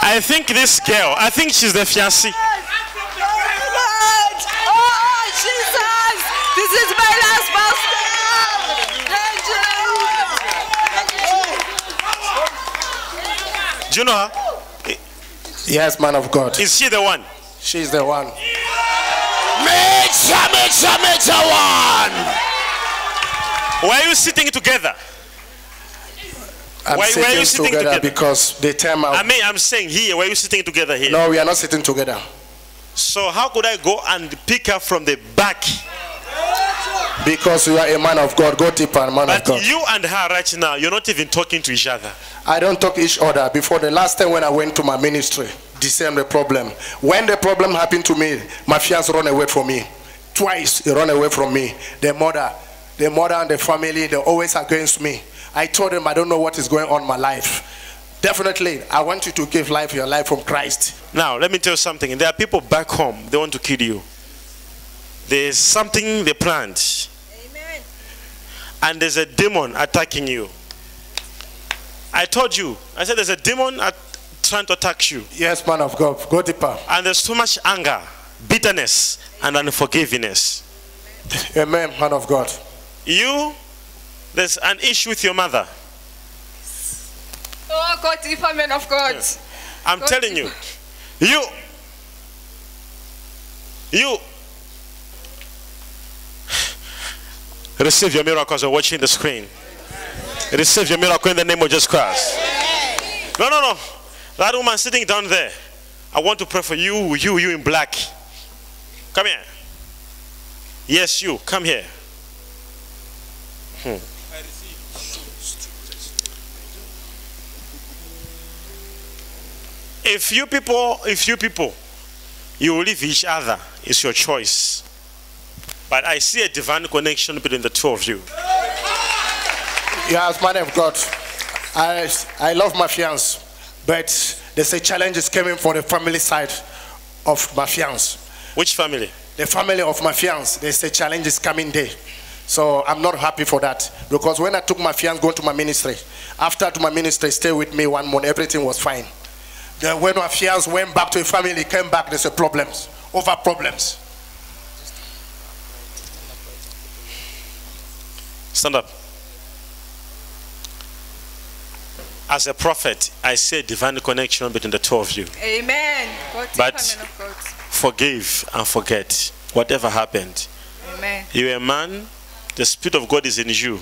Speaker 1: I think this girl, I think she's the fiancée.
Speaker 16: Oh, Jesus! This is my last pastor. Thank
Speaker 1: Do you know her?
Speaker 17: Yes, man of God.
Speaker 1: Is she the one?
Speaker 17: She's the one.
Speaker 12: Major, major, major one.
Speaker 1: Were you sitting together?
Speaker 17: I'm
Speaker 1: Why- why are
Speaker 17: sitting,
Speaker 1: you sitting
Speaker 17: together,
Speaker 1: together?
Speaker 17: because the time I,
Speaker 1: I mean, I'm saying here, were you sitting together here?
Speaker 17: no, "Oh, we are not sitting together.
Speaker 1: So how could I go and pick her from the back?
Speaker 17: Because you are a man of God. Go deeper, man of God.
Speaker 1: You and her right now, you're not even talking to each other.
Speaker 17: I don't talk each other. Before the last time when I went to my ministry, the same the problem. When the problem happened to me, my fiance run away from me. Twice he run away from me. The mother, the mother and the family, they always against me. I told them I don't know what is going on in my life. Definitely, I want you to give life your life from Christ.
Speaker 1: Now, let me tell you something. There are people back home, they want to kill you. There's something they planned. And there's a demon attacking you. I told you, I said there's a demon at, trying to attack you.
Speaker 17: Yes, man of God, go deeper.
Speaker 1: And there's too much anger, bitterness, and unforgiveness.
Speaker 17: Amen, man of God.
Speaker 1: You, there's an issue with your mother.
Speaker 5: Oh, God, if I'm man of God.
Speaker 1: I'm
Speaker 5: God
Speaker 1: telling you, you, you receive your miracle as you're watching the screen. Receive your miracle in the name of Jesus Christ. No, no, no. That woman sitting down there, I want to pray for you, you, you in black. Come here. Yes, you, come here. Hmm. If you people, if you people, you will leave each other. It's your choice. But I see a divine connection between the two of you.
Speaker 17: Yes, man of God. I, I love my fiance, but there's a challenge is coming from the family side of my fiance.
Speaker 1: Which family?
Speaker 17: The family of my fiance. There's a challenge is coming there. So I'm not happy for that because when I took my fiance going to my ministry, after to my ministry stay with me one month, everything was fine. Then when my fiance went back to the family, came back, there's a problems over problems.
Speaker 1: Stand up. As a prophet, I see a divine connection between the two of you.
Speaker 5: Amen. God, if I'm
Speaker 1: But-
Speaker 5: man of God.
Speaker 1: Forgive and forget whatever happened.
Speaker 5: Amen.
Speaker 1: You're a man, the Spirit of God is in you.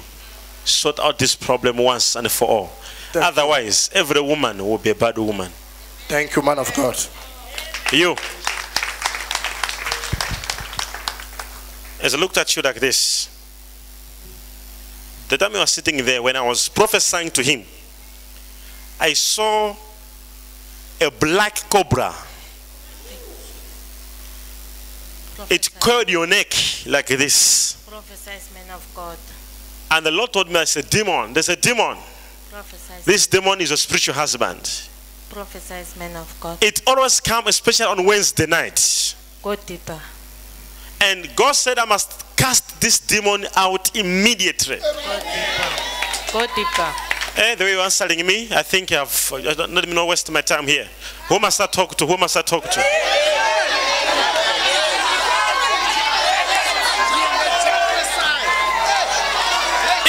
Speaker 1: Sort out this problem once and for all. Otherwise, every woman will be a bad woman.
Speaker 17: Thank you, man of God.
Speaker 1: You. As I looked at you like this, the time you were sitting there, when I was prophesying to him, I saw a black cobra. It curled your neck like this.
Speaker 18: Prophesize, man of God.
Speaker 1: And the Lord told me, I said, Demon, there's a demon.
Speaker 18: Prophesize.
Speaker 1: This demon is your spiritual husband.
Speaker 18: Prophesize, man of God.
Speaker 1: It always comes, especially on Wednesday night.
Speaker 18: Go deeper.
Speaker 1: And God said, I must cast this demon out immediately.
Speaker 18: Go deeper.
Speaker 1: Eh, the way you're answering me, I think I've I don't, let me not waste my time here. Who must I talk to? Who must I talk to?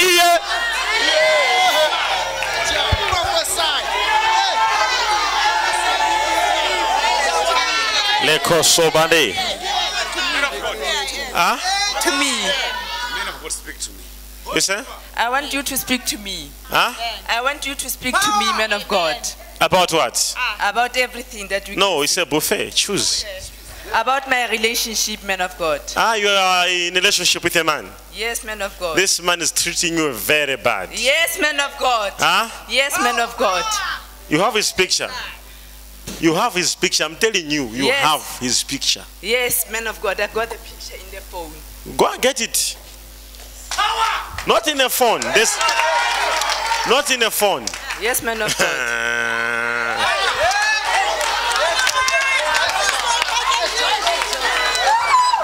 Speaker 1: Yeah. Lekosobande. Huh?
Speaker 19: To me.
Speaker 1: Men of God speak to me. You say?
Speaker 19: I want you to speak to me.
Speaker 1: Huh?
Speaker 19: I want you to speak to me, man of God,
Speaker 1: About what?
Speaker 19: Ah, about everything that we.
Speaker 1: No, it's a buffet. Choose.
Speaker 19: About my relationship, man of God.
Speaker 1: Ah, you are in a relationship with a man.
Speaker 19: Yes, man of God.
Speaker 1: This man is treating you very bad.
Speaker 19: Yes, man of God.
Speaker 1: Huh?
Speaker 19: Yes, man of God.
Speaker 1: You have his picture. You have his picture. I'm telling you, you
Speaker 19: Yes.
Speaker 1: have his picture.
Speaker 19: Yes, man of God. I got the picture in the phone.
Speaker 1: Go and get it. Not in a phone. This. Not in a phone.
Speaker 19: Yes, man of God.
Speaker 1: God.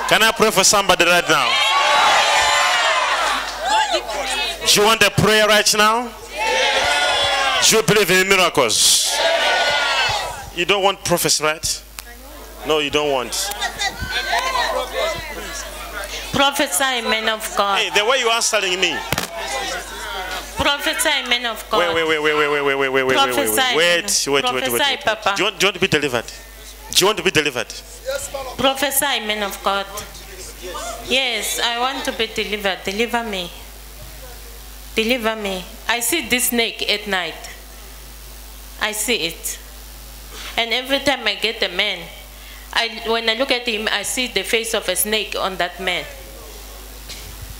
Speaker 1: Can I pray for somebody right now? Do you want a prayer right now? Do you believe in miracles? You don't want prophets, right? No, you don't want.
Speaker 18: Prophesy, men of God.
Speaker 1: Hey, the way you are answering me.
Speaker 18: Prophesy, men of God.
Speaker 1: Wait, wait, wait, wait, wait, wait, wait, wait, wait, wait, wait, wait,
Speaker 18: Prophesy,
Speaker 1: wait, wait, wait, wait,
Speaker 18: Prophesy,
Speaker 1: wait.
Speaker 18: Papa.
Speaker 1: Do you want, do you want to be delivered? Do you want to be delivered?
Speaker 18: Prophesy, men of God. Yes, I want to be delivered. Deliver me. Deliver me. I see this snake at night. I see it. And every time I get a man, I, when I look at him, I see the face of a snake on that man.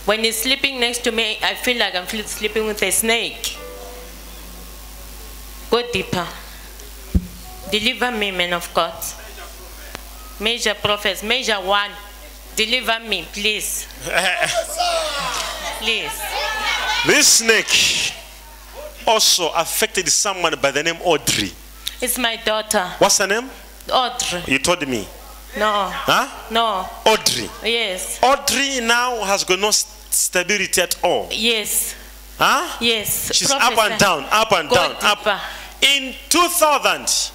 Speaker 18: When he's sleeping next to me, I feel like I'm feel- sleeping with a snake. Go deeper. Deliver me, man of God. Major prophets, Major One, deliver me, please. Please.
Speaker 1: This snake also affected someone by the name Audrey.
Speaker 18: It's my daughter,
Speaker 1: What's her name?
Speaker 18: Audrey.
Speaker 1: You told me.
Speaker 18: No,
Speaker 1: Huh?
Speaker 18: no.
Speaker 1: Audrey.
Speaker 18: Yes,
Speaker 1: Audrey now has got no st- stability at all.
Speaker 18: yes,
Speaker 1: Huh?
Speaker 18: yes.
Speaker 1: She's
Speaker 18: Prophesy.
Speaker 1: up and down, up and
Speaker 18: Go
Speaker 1: down,
Speaker 18: deeper.
Speaker 1: up. In 2000,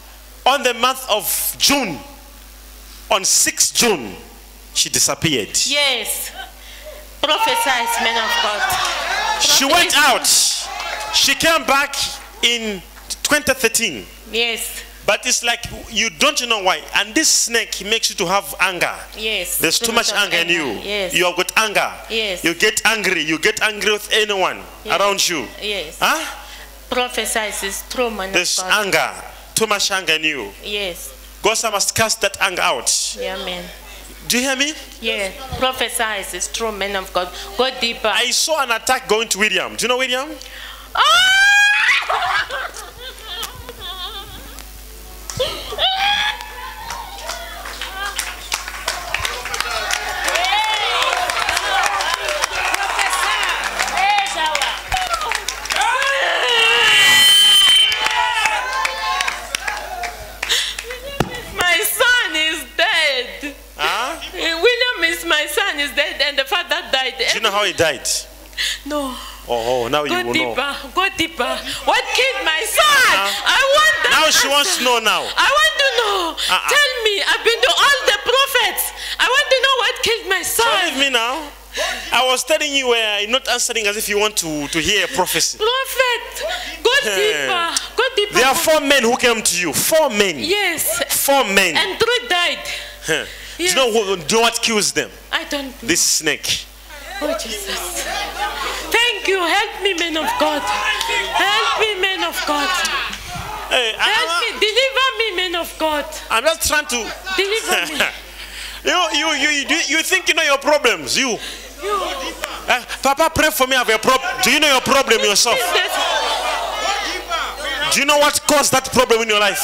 Speaker 1: on the month of June, on 6th June, she disappeared.
Speaker 18: Yes. Prophesy, man of God.
Speaker 1: She went out. She came back in 2013.
Speaker 18: Yes,
Speaker 1: But it's like you don't know why. And this snake makes you to have anger.
Speaker 18: yes.
Speaker 1: There's too much anger in you.
Speaker 18: Yes.
Speaker 1: You have got anger.
Speaker 18: Yes.
Speaker 1: You get angry. You get angry with anyone
Speaker 18: Yes.
Speaker 1: around you.
Speaker 18: Yes.
Speaker 1: Huh?
Speaker 18: Prophesy is true, man
Speaker 1: There's
Speaker 18: of God.
Speaker 1: anger. Too much anger in you.
Speaker 18: Yes.
Speaker 1: God said, must cast that anger out.
Speaker 18: Yeah, man.
Speaker 1: Do you hear me?
Speaker 18: Yeah. Prophesy is true, man of God. Go deeper.
Speaker 1: I saw an attack going to William. Do you know William?
Speaker 18: My son is dead.
Speaker 1: Huh?
Speaker 18: William is my son is dead, and the father died.
Speaker 1: Do you know how he died?
Speaker 18: No.
Speaker 1: Oh, oh, now you
Speaker 18: Go
Speaker 1: will know.
Speaker 18: deeper. Go deeper. What killed my son? I want that.
Speaker 1: Now she
Speaker 18: answer.
Speaker 1: wants to know now.
Speaker 18: I want to know.
Speaker 1: Uh-uh.
Speaker 18: Tell me. I've been to all the prophets. I want to know what killed my son.
Speaker 1: Believe me now. I was telling you were not answering as if you want to, to hear a prophecy.
Speaker 18: Prophet. Go
Speaker 1: Yeah.
Speaker 18: deeper. Go deeper.
Speaker 1: There are four men who came to you. Four men.
Speaker 18: Yes.
Speaker 1: Four men.
Speaker 18: And three died.
Speaker 1: Huh. Do you know, who, do you know what kills them?
Speaker 18: I don't.
Speaker 1: This snake.
Speaker 18: Oh Jesus. Thank you. Help me, man of God. Help me, man of God.
Speaker 1: Hey,
Speaker 18: Help me. Deliver me, man of God.
Speaker 1: I'm just trying to.
Speaker 18: Deliver me.
Speaker 1: you, you, you, you, do- you think you know your problems. You. Uh, Papa, pray for me. I have a problem. Do you know your problem yourself? Do you know what caused that problem in your life?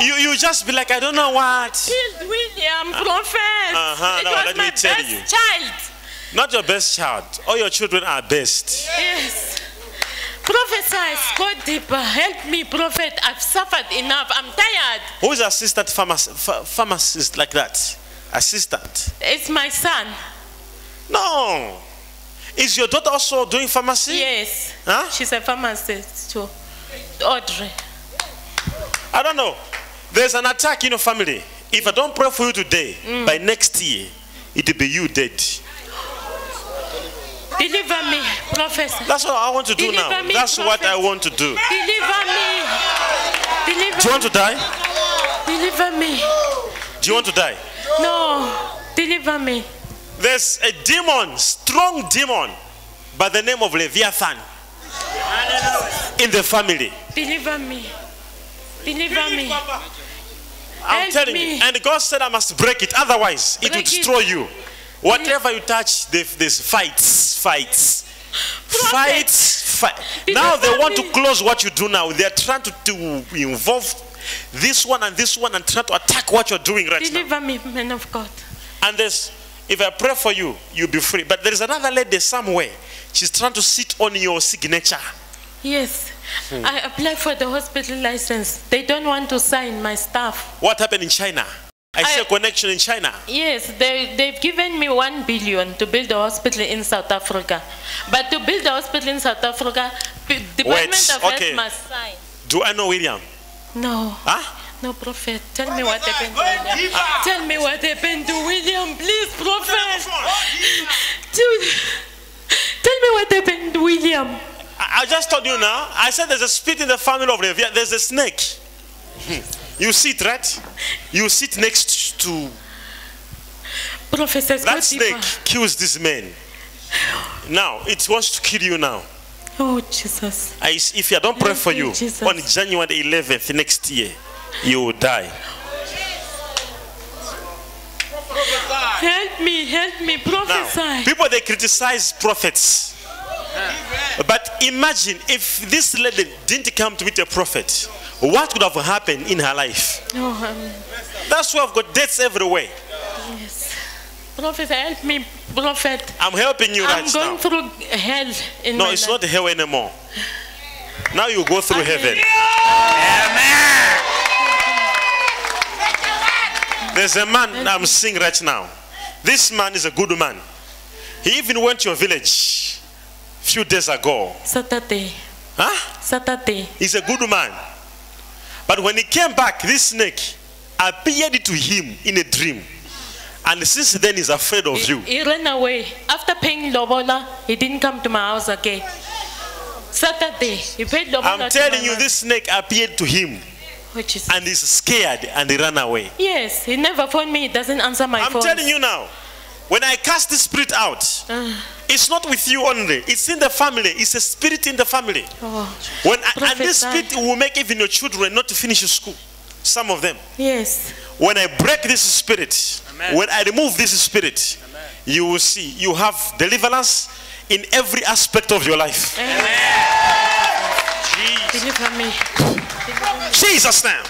Speaker 1: You, you just be like, I don't know what.
Speaker 18: Killed William, prophet.
Speaker 1: Uh-huh,
Speaker 18: It
Speaker 1: now
Speaker 18: was
Speaker 1: let me
Speaker 18: my
Speaker 1: tell
Speaker 18: best
Speaker 1: you.
Speaker 18: child.
Speaker 1: Not your best child. All your children are best.
Speaker 18: Yes. Prophesy, go deeper. Help me, prophet. I've suffered enough. I'm tired.
Speaker 1: Who is assistant pharmac- ph- pharmacist like that? Assistant.
Speaker 18: It's my son.
Speaker 1: No. Is your daughter also doing pharmacy?
Speaker 18: Yes.
Speaker 1: Huh?
Speaker 18: She's a pharmacist too. Audrey.
Speaker 1: I don't know. There's an attack in your family. If I don't pray for you today,
Speaker 18: Mm.
Speaker 1: by next year, it'll be you dead.
Speaker 18: Deliver me, prophet.
Speaker 1: That's what I want to do
Speaker 18: Deliver
Speaker 1: now.
Speaker 18: me,
Speaker 1: That's what I
Speaker 18: prophet.
Speaker 1: want to do.
Speaker 18: Deliver me. Deliver
Speaker 1: Do you want to die?
Speaker 18: Deliver me.
Speaker 1: Do you want to die?
Speaker 18: No. Deliver me.
Speaker 1: There's a demon, strong demon, by the name of Leviathan in the family.
Speaker 18: Deliver me. Deliver me.
Speaker 1: I'm
Speaker 18: Help
Speaker 1: telling
Speaker 18: me.
Speaker 1: you. And God said, I must break it, otherwise, it will
Speaker 18: Break it.
Speaker 1: destroy you. Whatever you touch, they- there's fights, fights. Fights, fight.
Speaker 18: Did
Speaker 1: Now
Speaker 18: you
Speaker 1: they
Speaker 18: hear
Speaker 1: want to
Speaker 18: me?
Speaker 1: close what you do now. They're trying to, to involve this one and this one and trying to attack what you're doing right now.
Speaker 18: Deliver me, man of God.
Speaker 1: And there's, if I pray for you, you'll be free. But there's another lady somewhere. She's trying to sit on your signature.
Speaker 18: Yes.
Speaker 1: Hmm.
Speaker 18: I applied for the hospital license. They don't want to sign my stuff.
Speaker 1: What happened in China? I, see a connection in China.
Speaker 18: Yes, they, they've given me one billion to build a hospital in South Africa. But to build a hospital in South Africa, p- Department of
Speaker 1: okay.
Speaker 18: Health must sign.
Speaker 1: Do I know William?
Speaker 18: No.
Speaker 1: Huh?
Speaker 18: No, Prophet. Tell me what happened to William. Tell me what happened to William, please, Prophet. Dude, tell me what happened to William.
Speaker 1: I, I just told you now. I said there's a spirit in the family of Levi. There's a snake. Hmm. You sit right. You sit next to.
Speaker 18: Professor,
Speaker 1: that snake kills this man. Now it wants to kill you now.
Speaker 18: Oh, Jesus.
Speaker 1: I, if I don't pray for you on January 11th next year, you will die.
Speaker 18: Help me, help me,
Speaker 1: Now,
Speaker 18: prophesy.
Speaker 1: people they criticize prophets. But imagine if this lady didn't come to meet a prophet, what would have happened in her life?
Speaker 18: No, um,
Speaker 1: That's why I've got deaths everywhere.
Speaker 18: yes. Prophet, help me, prophet.
Speaker 1: I'm helping you
Speaker 18: I'm
Speaker 1: right
Speaker 18: going
Speaker 1: now.
Speaker 18: through hell in
Speaker 1: No,
Speaker 18: my
Speaker 1: it's
Speaker 18: life.
Speaker 1: not hell anymore. Now you go through heaven. There's a man I'm seeing right now. This man is a good man. He even went to your village a few days ago.
Speaker 18: Saturday,
Speaker 1: Huh?
Speaker 18: Saturday.
Speaker 1: He's a good man. But when he came back, this snake appeared to him in a dream. And since then, he's afraid of you.
Speaker 18: He ran away. After paying Lobola, he didn't come to my house again. Saturday, he paid Lobola. to
Speaker 1: I'm telling
Speaker 18: my
Speaker 1: you,
Speaker 18: mom.
Speaker 1: this snake appeared to him. And he's scared and he ran away.
Speaker 18: Yes, he never phoned me. He doesn't answer my
Speaker 1: I'm
Speaker 18: phone.
Speaker 1: telling you now, when I cast this spirit out, it's not with you only, it's in the family. It's a spirit in the family.
Speaker 18: Oh,
Speaker 1: When I, and this
Speaker 18: Prophesy.
Speaker 1: spirit will make even your children not to finish school. Some of them.
Speaker 18: yes.
Speaker 1: When I break this spirit,
Speaker 18: Amen.
Speaker 1: when I remove this spirit, you will see you have deliverance in every aspect of your life.
Speaker 18: Deliver me.
Speaker 1: Jesus name.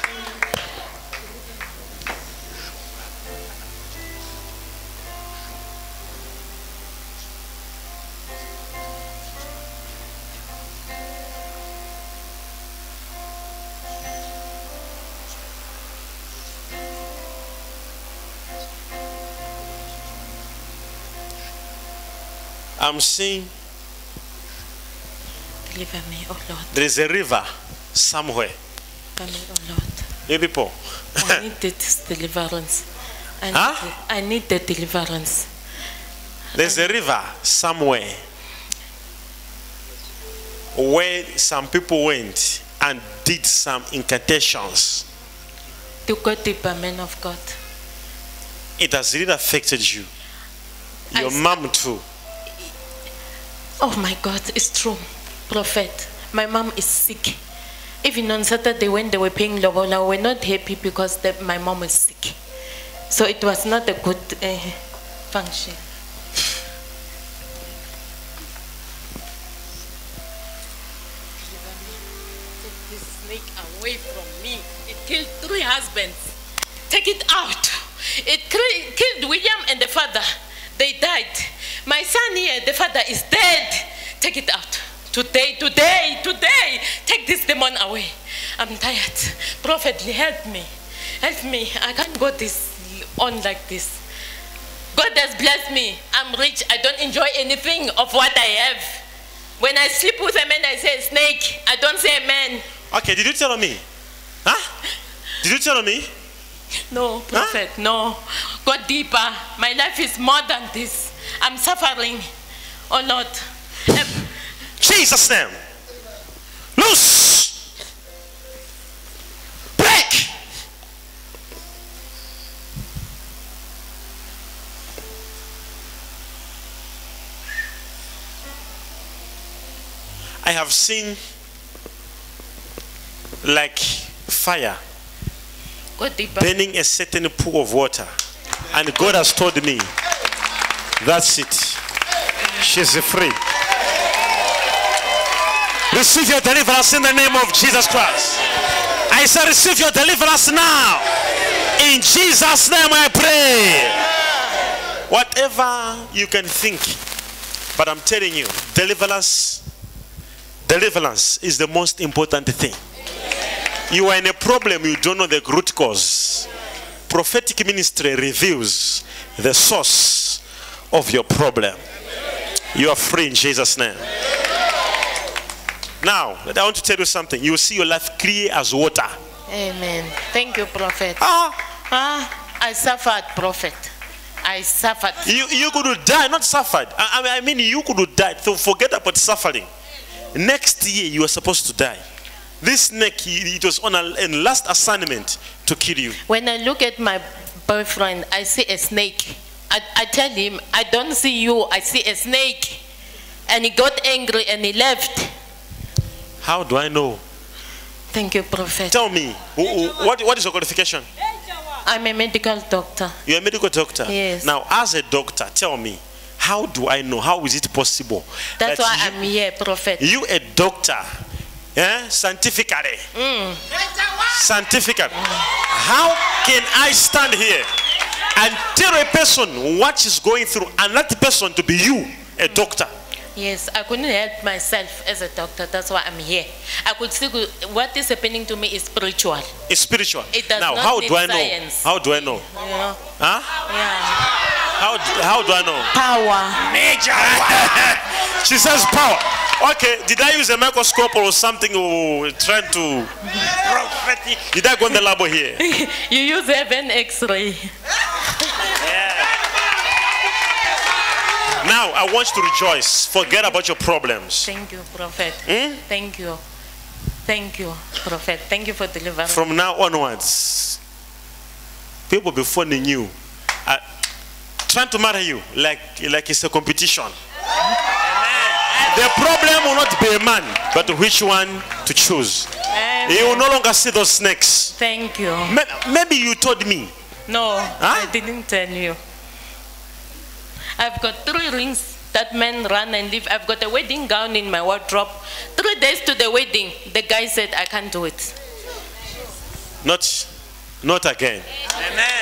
Speaker 1: I'm seeing
Speaker 18: Deliver me, oh Lord.
Speaker 1: there is a river somewhere.
Speaker 18: Deliver me, oh Lord.
Speaker 1: You people.
Speaker 18: I need this deliverance. I need,
Speaker 1: Huh?
Speaker 18: the, I need the deliverance.
Speaker 1: There's a river somewhere where some people went and did some incantations.
Speaker 18: To go deeper, man of God.
Speaker 1: It has really affected you. Your
Speaker 18: I-
Speaker 1: mom too.
Speaker 18: Oh my God, it's true, prophet. My mom is sick. Even on Saturday when they were paying Lobola, we were not happy because the, my mom was sick. So it was not a good uh, function. Take this snake away from me. It killed three husbands. Take it out. It cre- killed William and the father. They died. My son here, the father is dead. Take it out. Today, today, today. Take this demon away. I'm tired. Prophet, help me. Help me. I can't go this on like this. God has blessed me. I'm rich. I don't enjoy anything of what I have. When I sleep with a man, I say snake. I don't say man.
Speaker 1: Okay, did you tell on me? Huh? Did you tell on me?
Speaker 18: No, prophet, no. Go deeper. My life is more than this. I'm suffering. Oh Lord. Help.
Speaker 1: Jesus' name. Loose. Break. I have seen like fire
Speaker 18: Go deeper.
Speaker 1: burning a certain pool of water. And God has told me, that's it. She's free. Receive your deliverance in the name of Jesus Christ. I say, receive your deliverance now. In Jesus' name I pray. Whatever you can think, but I'm telling you, deliverance Deliverance is the most important thing. You are in a problem, you don't know the root cause. Prophetic ministry reveals the source of your problem. You are free in Jesus' name. Now, I want to tell you something. You will see your life clear as water.
Speaker 18: Amen. Thank you, prophet. Ah. ah I suffered, prophet. I suffered.
Speaker 1: You, you could die, not suffered. I, I mean- I mean, you could die. So forget about suffering. Next year, you are supposed to die. This neck, i- it was on a, a last assignment to kill you.
Speaker 18: When I look at my boyfriend, I see a snake. I, I tell him, I don't see you, I see a snake. And he got angry and he left.
Speaker 1: How do I know?
Speaker 18: Thank you, Prophet.
Speaker 1: Tell me, who, who- what, what is your qualification?
Speaker 18: I'm a medical doctor.
Speaker 1: You're a medical doctor.
Speaker 18: Yes.
Speaker 1: Now, as a doctor, tell me, how do I know? How is it possible?
Speaker 18: That's
Speaker 1: that
Speaker 18: why I'm here, Prophet.
Speaker 1: you, a doctor, eh, scientifically,
Speaker 18: Mm.
Speaker 1: scientifically, how can I stand here and tell a person what is going through and that person to be you, a doctor?
Speaker 18: Yes, I couldn't help myself as a doctor. That's why I'm here. I could see good- what is happening to me is spiritual.
Speaker 1: It's spiritual.
Speaker 18: It does
Speaker 1: now,
Speaker 18: not
Speaker 1: how
Speaker 18: need
Speaker 1: do I know?
Speaker 18: science.
Speaker 1: How do I know?
Speaker 18: You know?
Speaker 1: Huh? How do, how do I know?
Speaker 18: Power.
Speaker 1: Major. she says power. Okay, did I use a microscope or something or trying to prophetic? Did I go in the lab here?
Speaker 18: you use heaven X-ray.
Speaker 1: Now I want you to rejoice. Forget about your problems.
Speaker 18: Thank you, Prophet.
Speaker 1: Hmm?
Speaker 18: Thank you. Thank you, Prophet. Thank you for deliverance.
Speaker 1: From now onwards, people before they knew are trying to marry you like like it's a competition. The problem will not be a man, but which one to choose.
Speaker 18: Amen.
Speaker 1: You will no longer see those snakes.
Speaker 18: Thank you.
Speaker 1: May- Maybe you told me.
Speaker 18: No, I didn't tell you. I've got three rings that men run and leave. I've got a wedding gown in my wardrobe. Three days to the wedding, the guy said, I can't do it.
Speaker 1: Not, not again. Amen.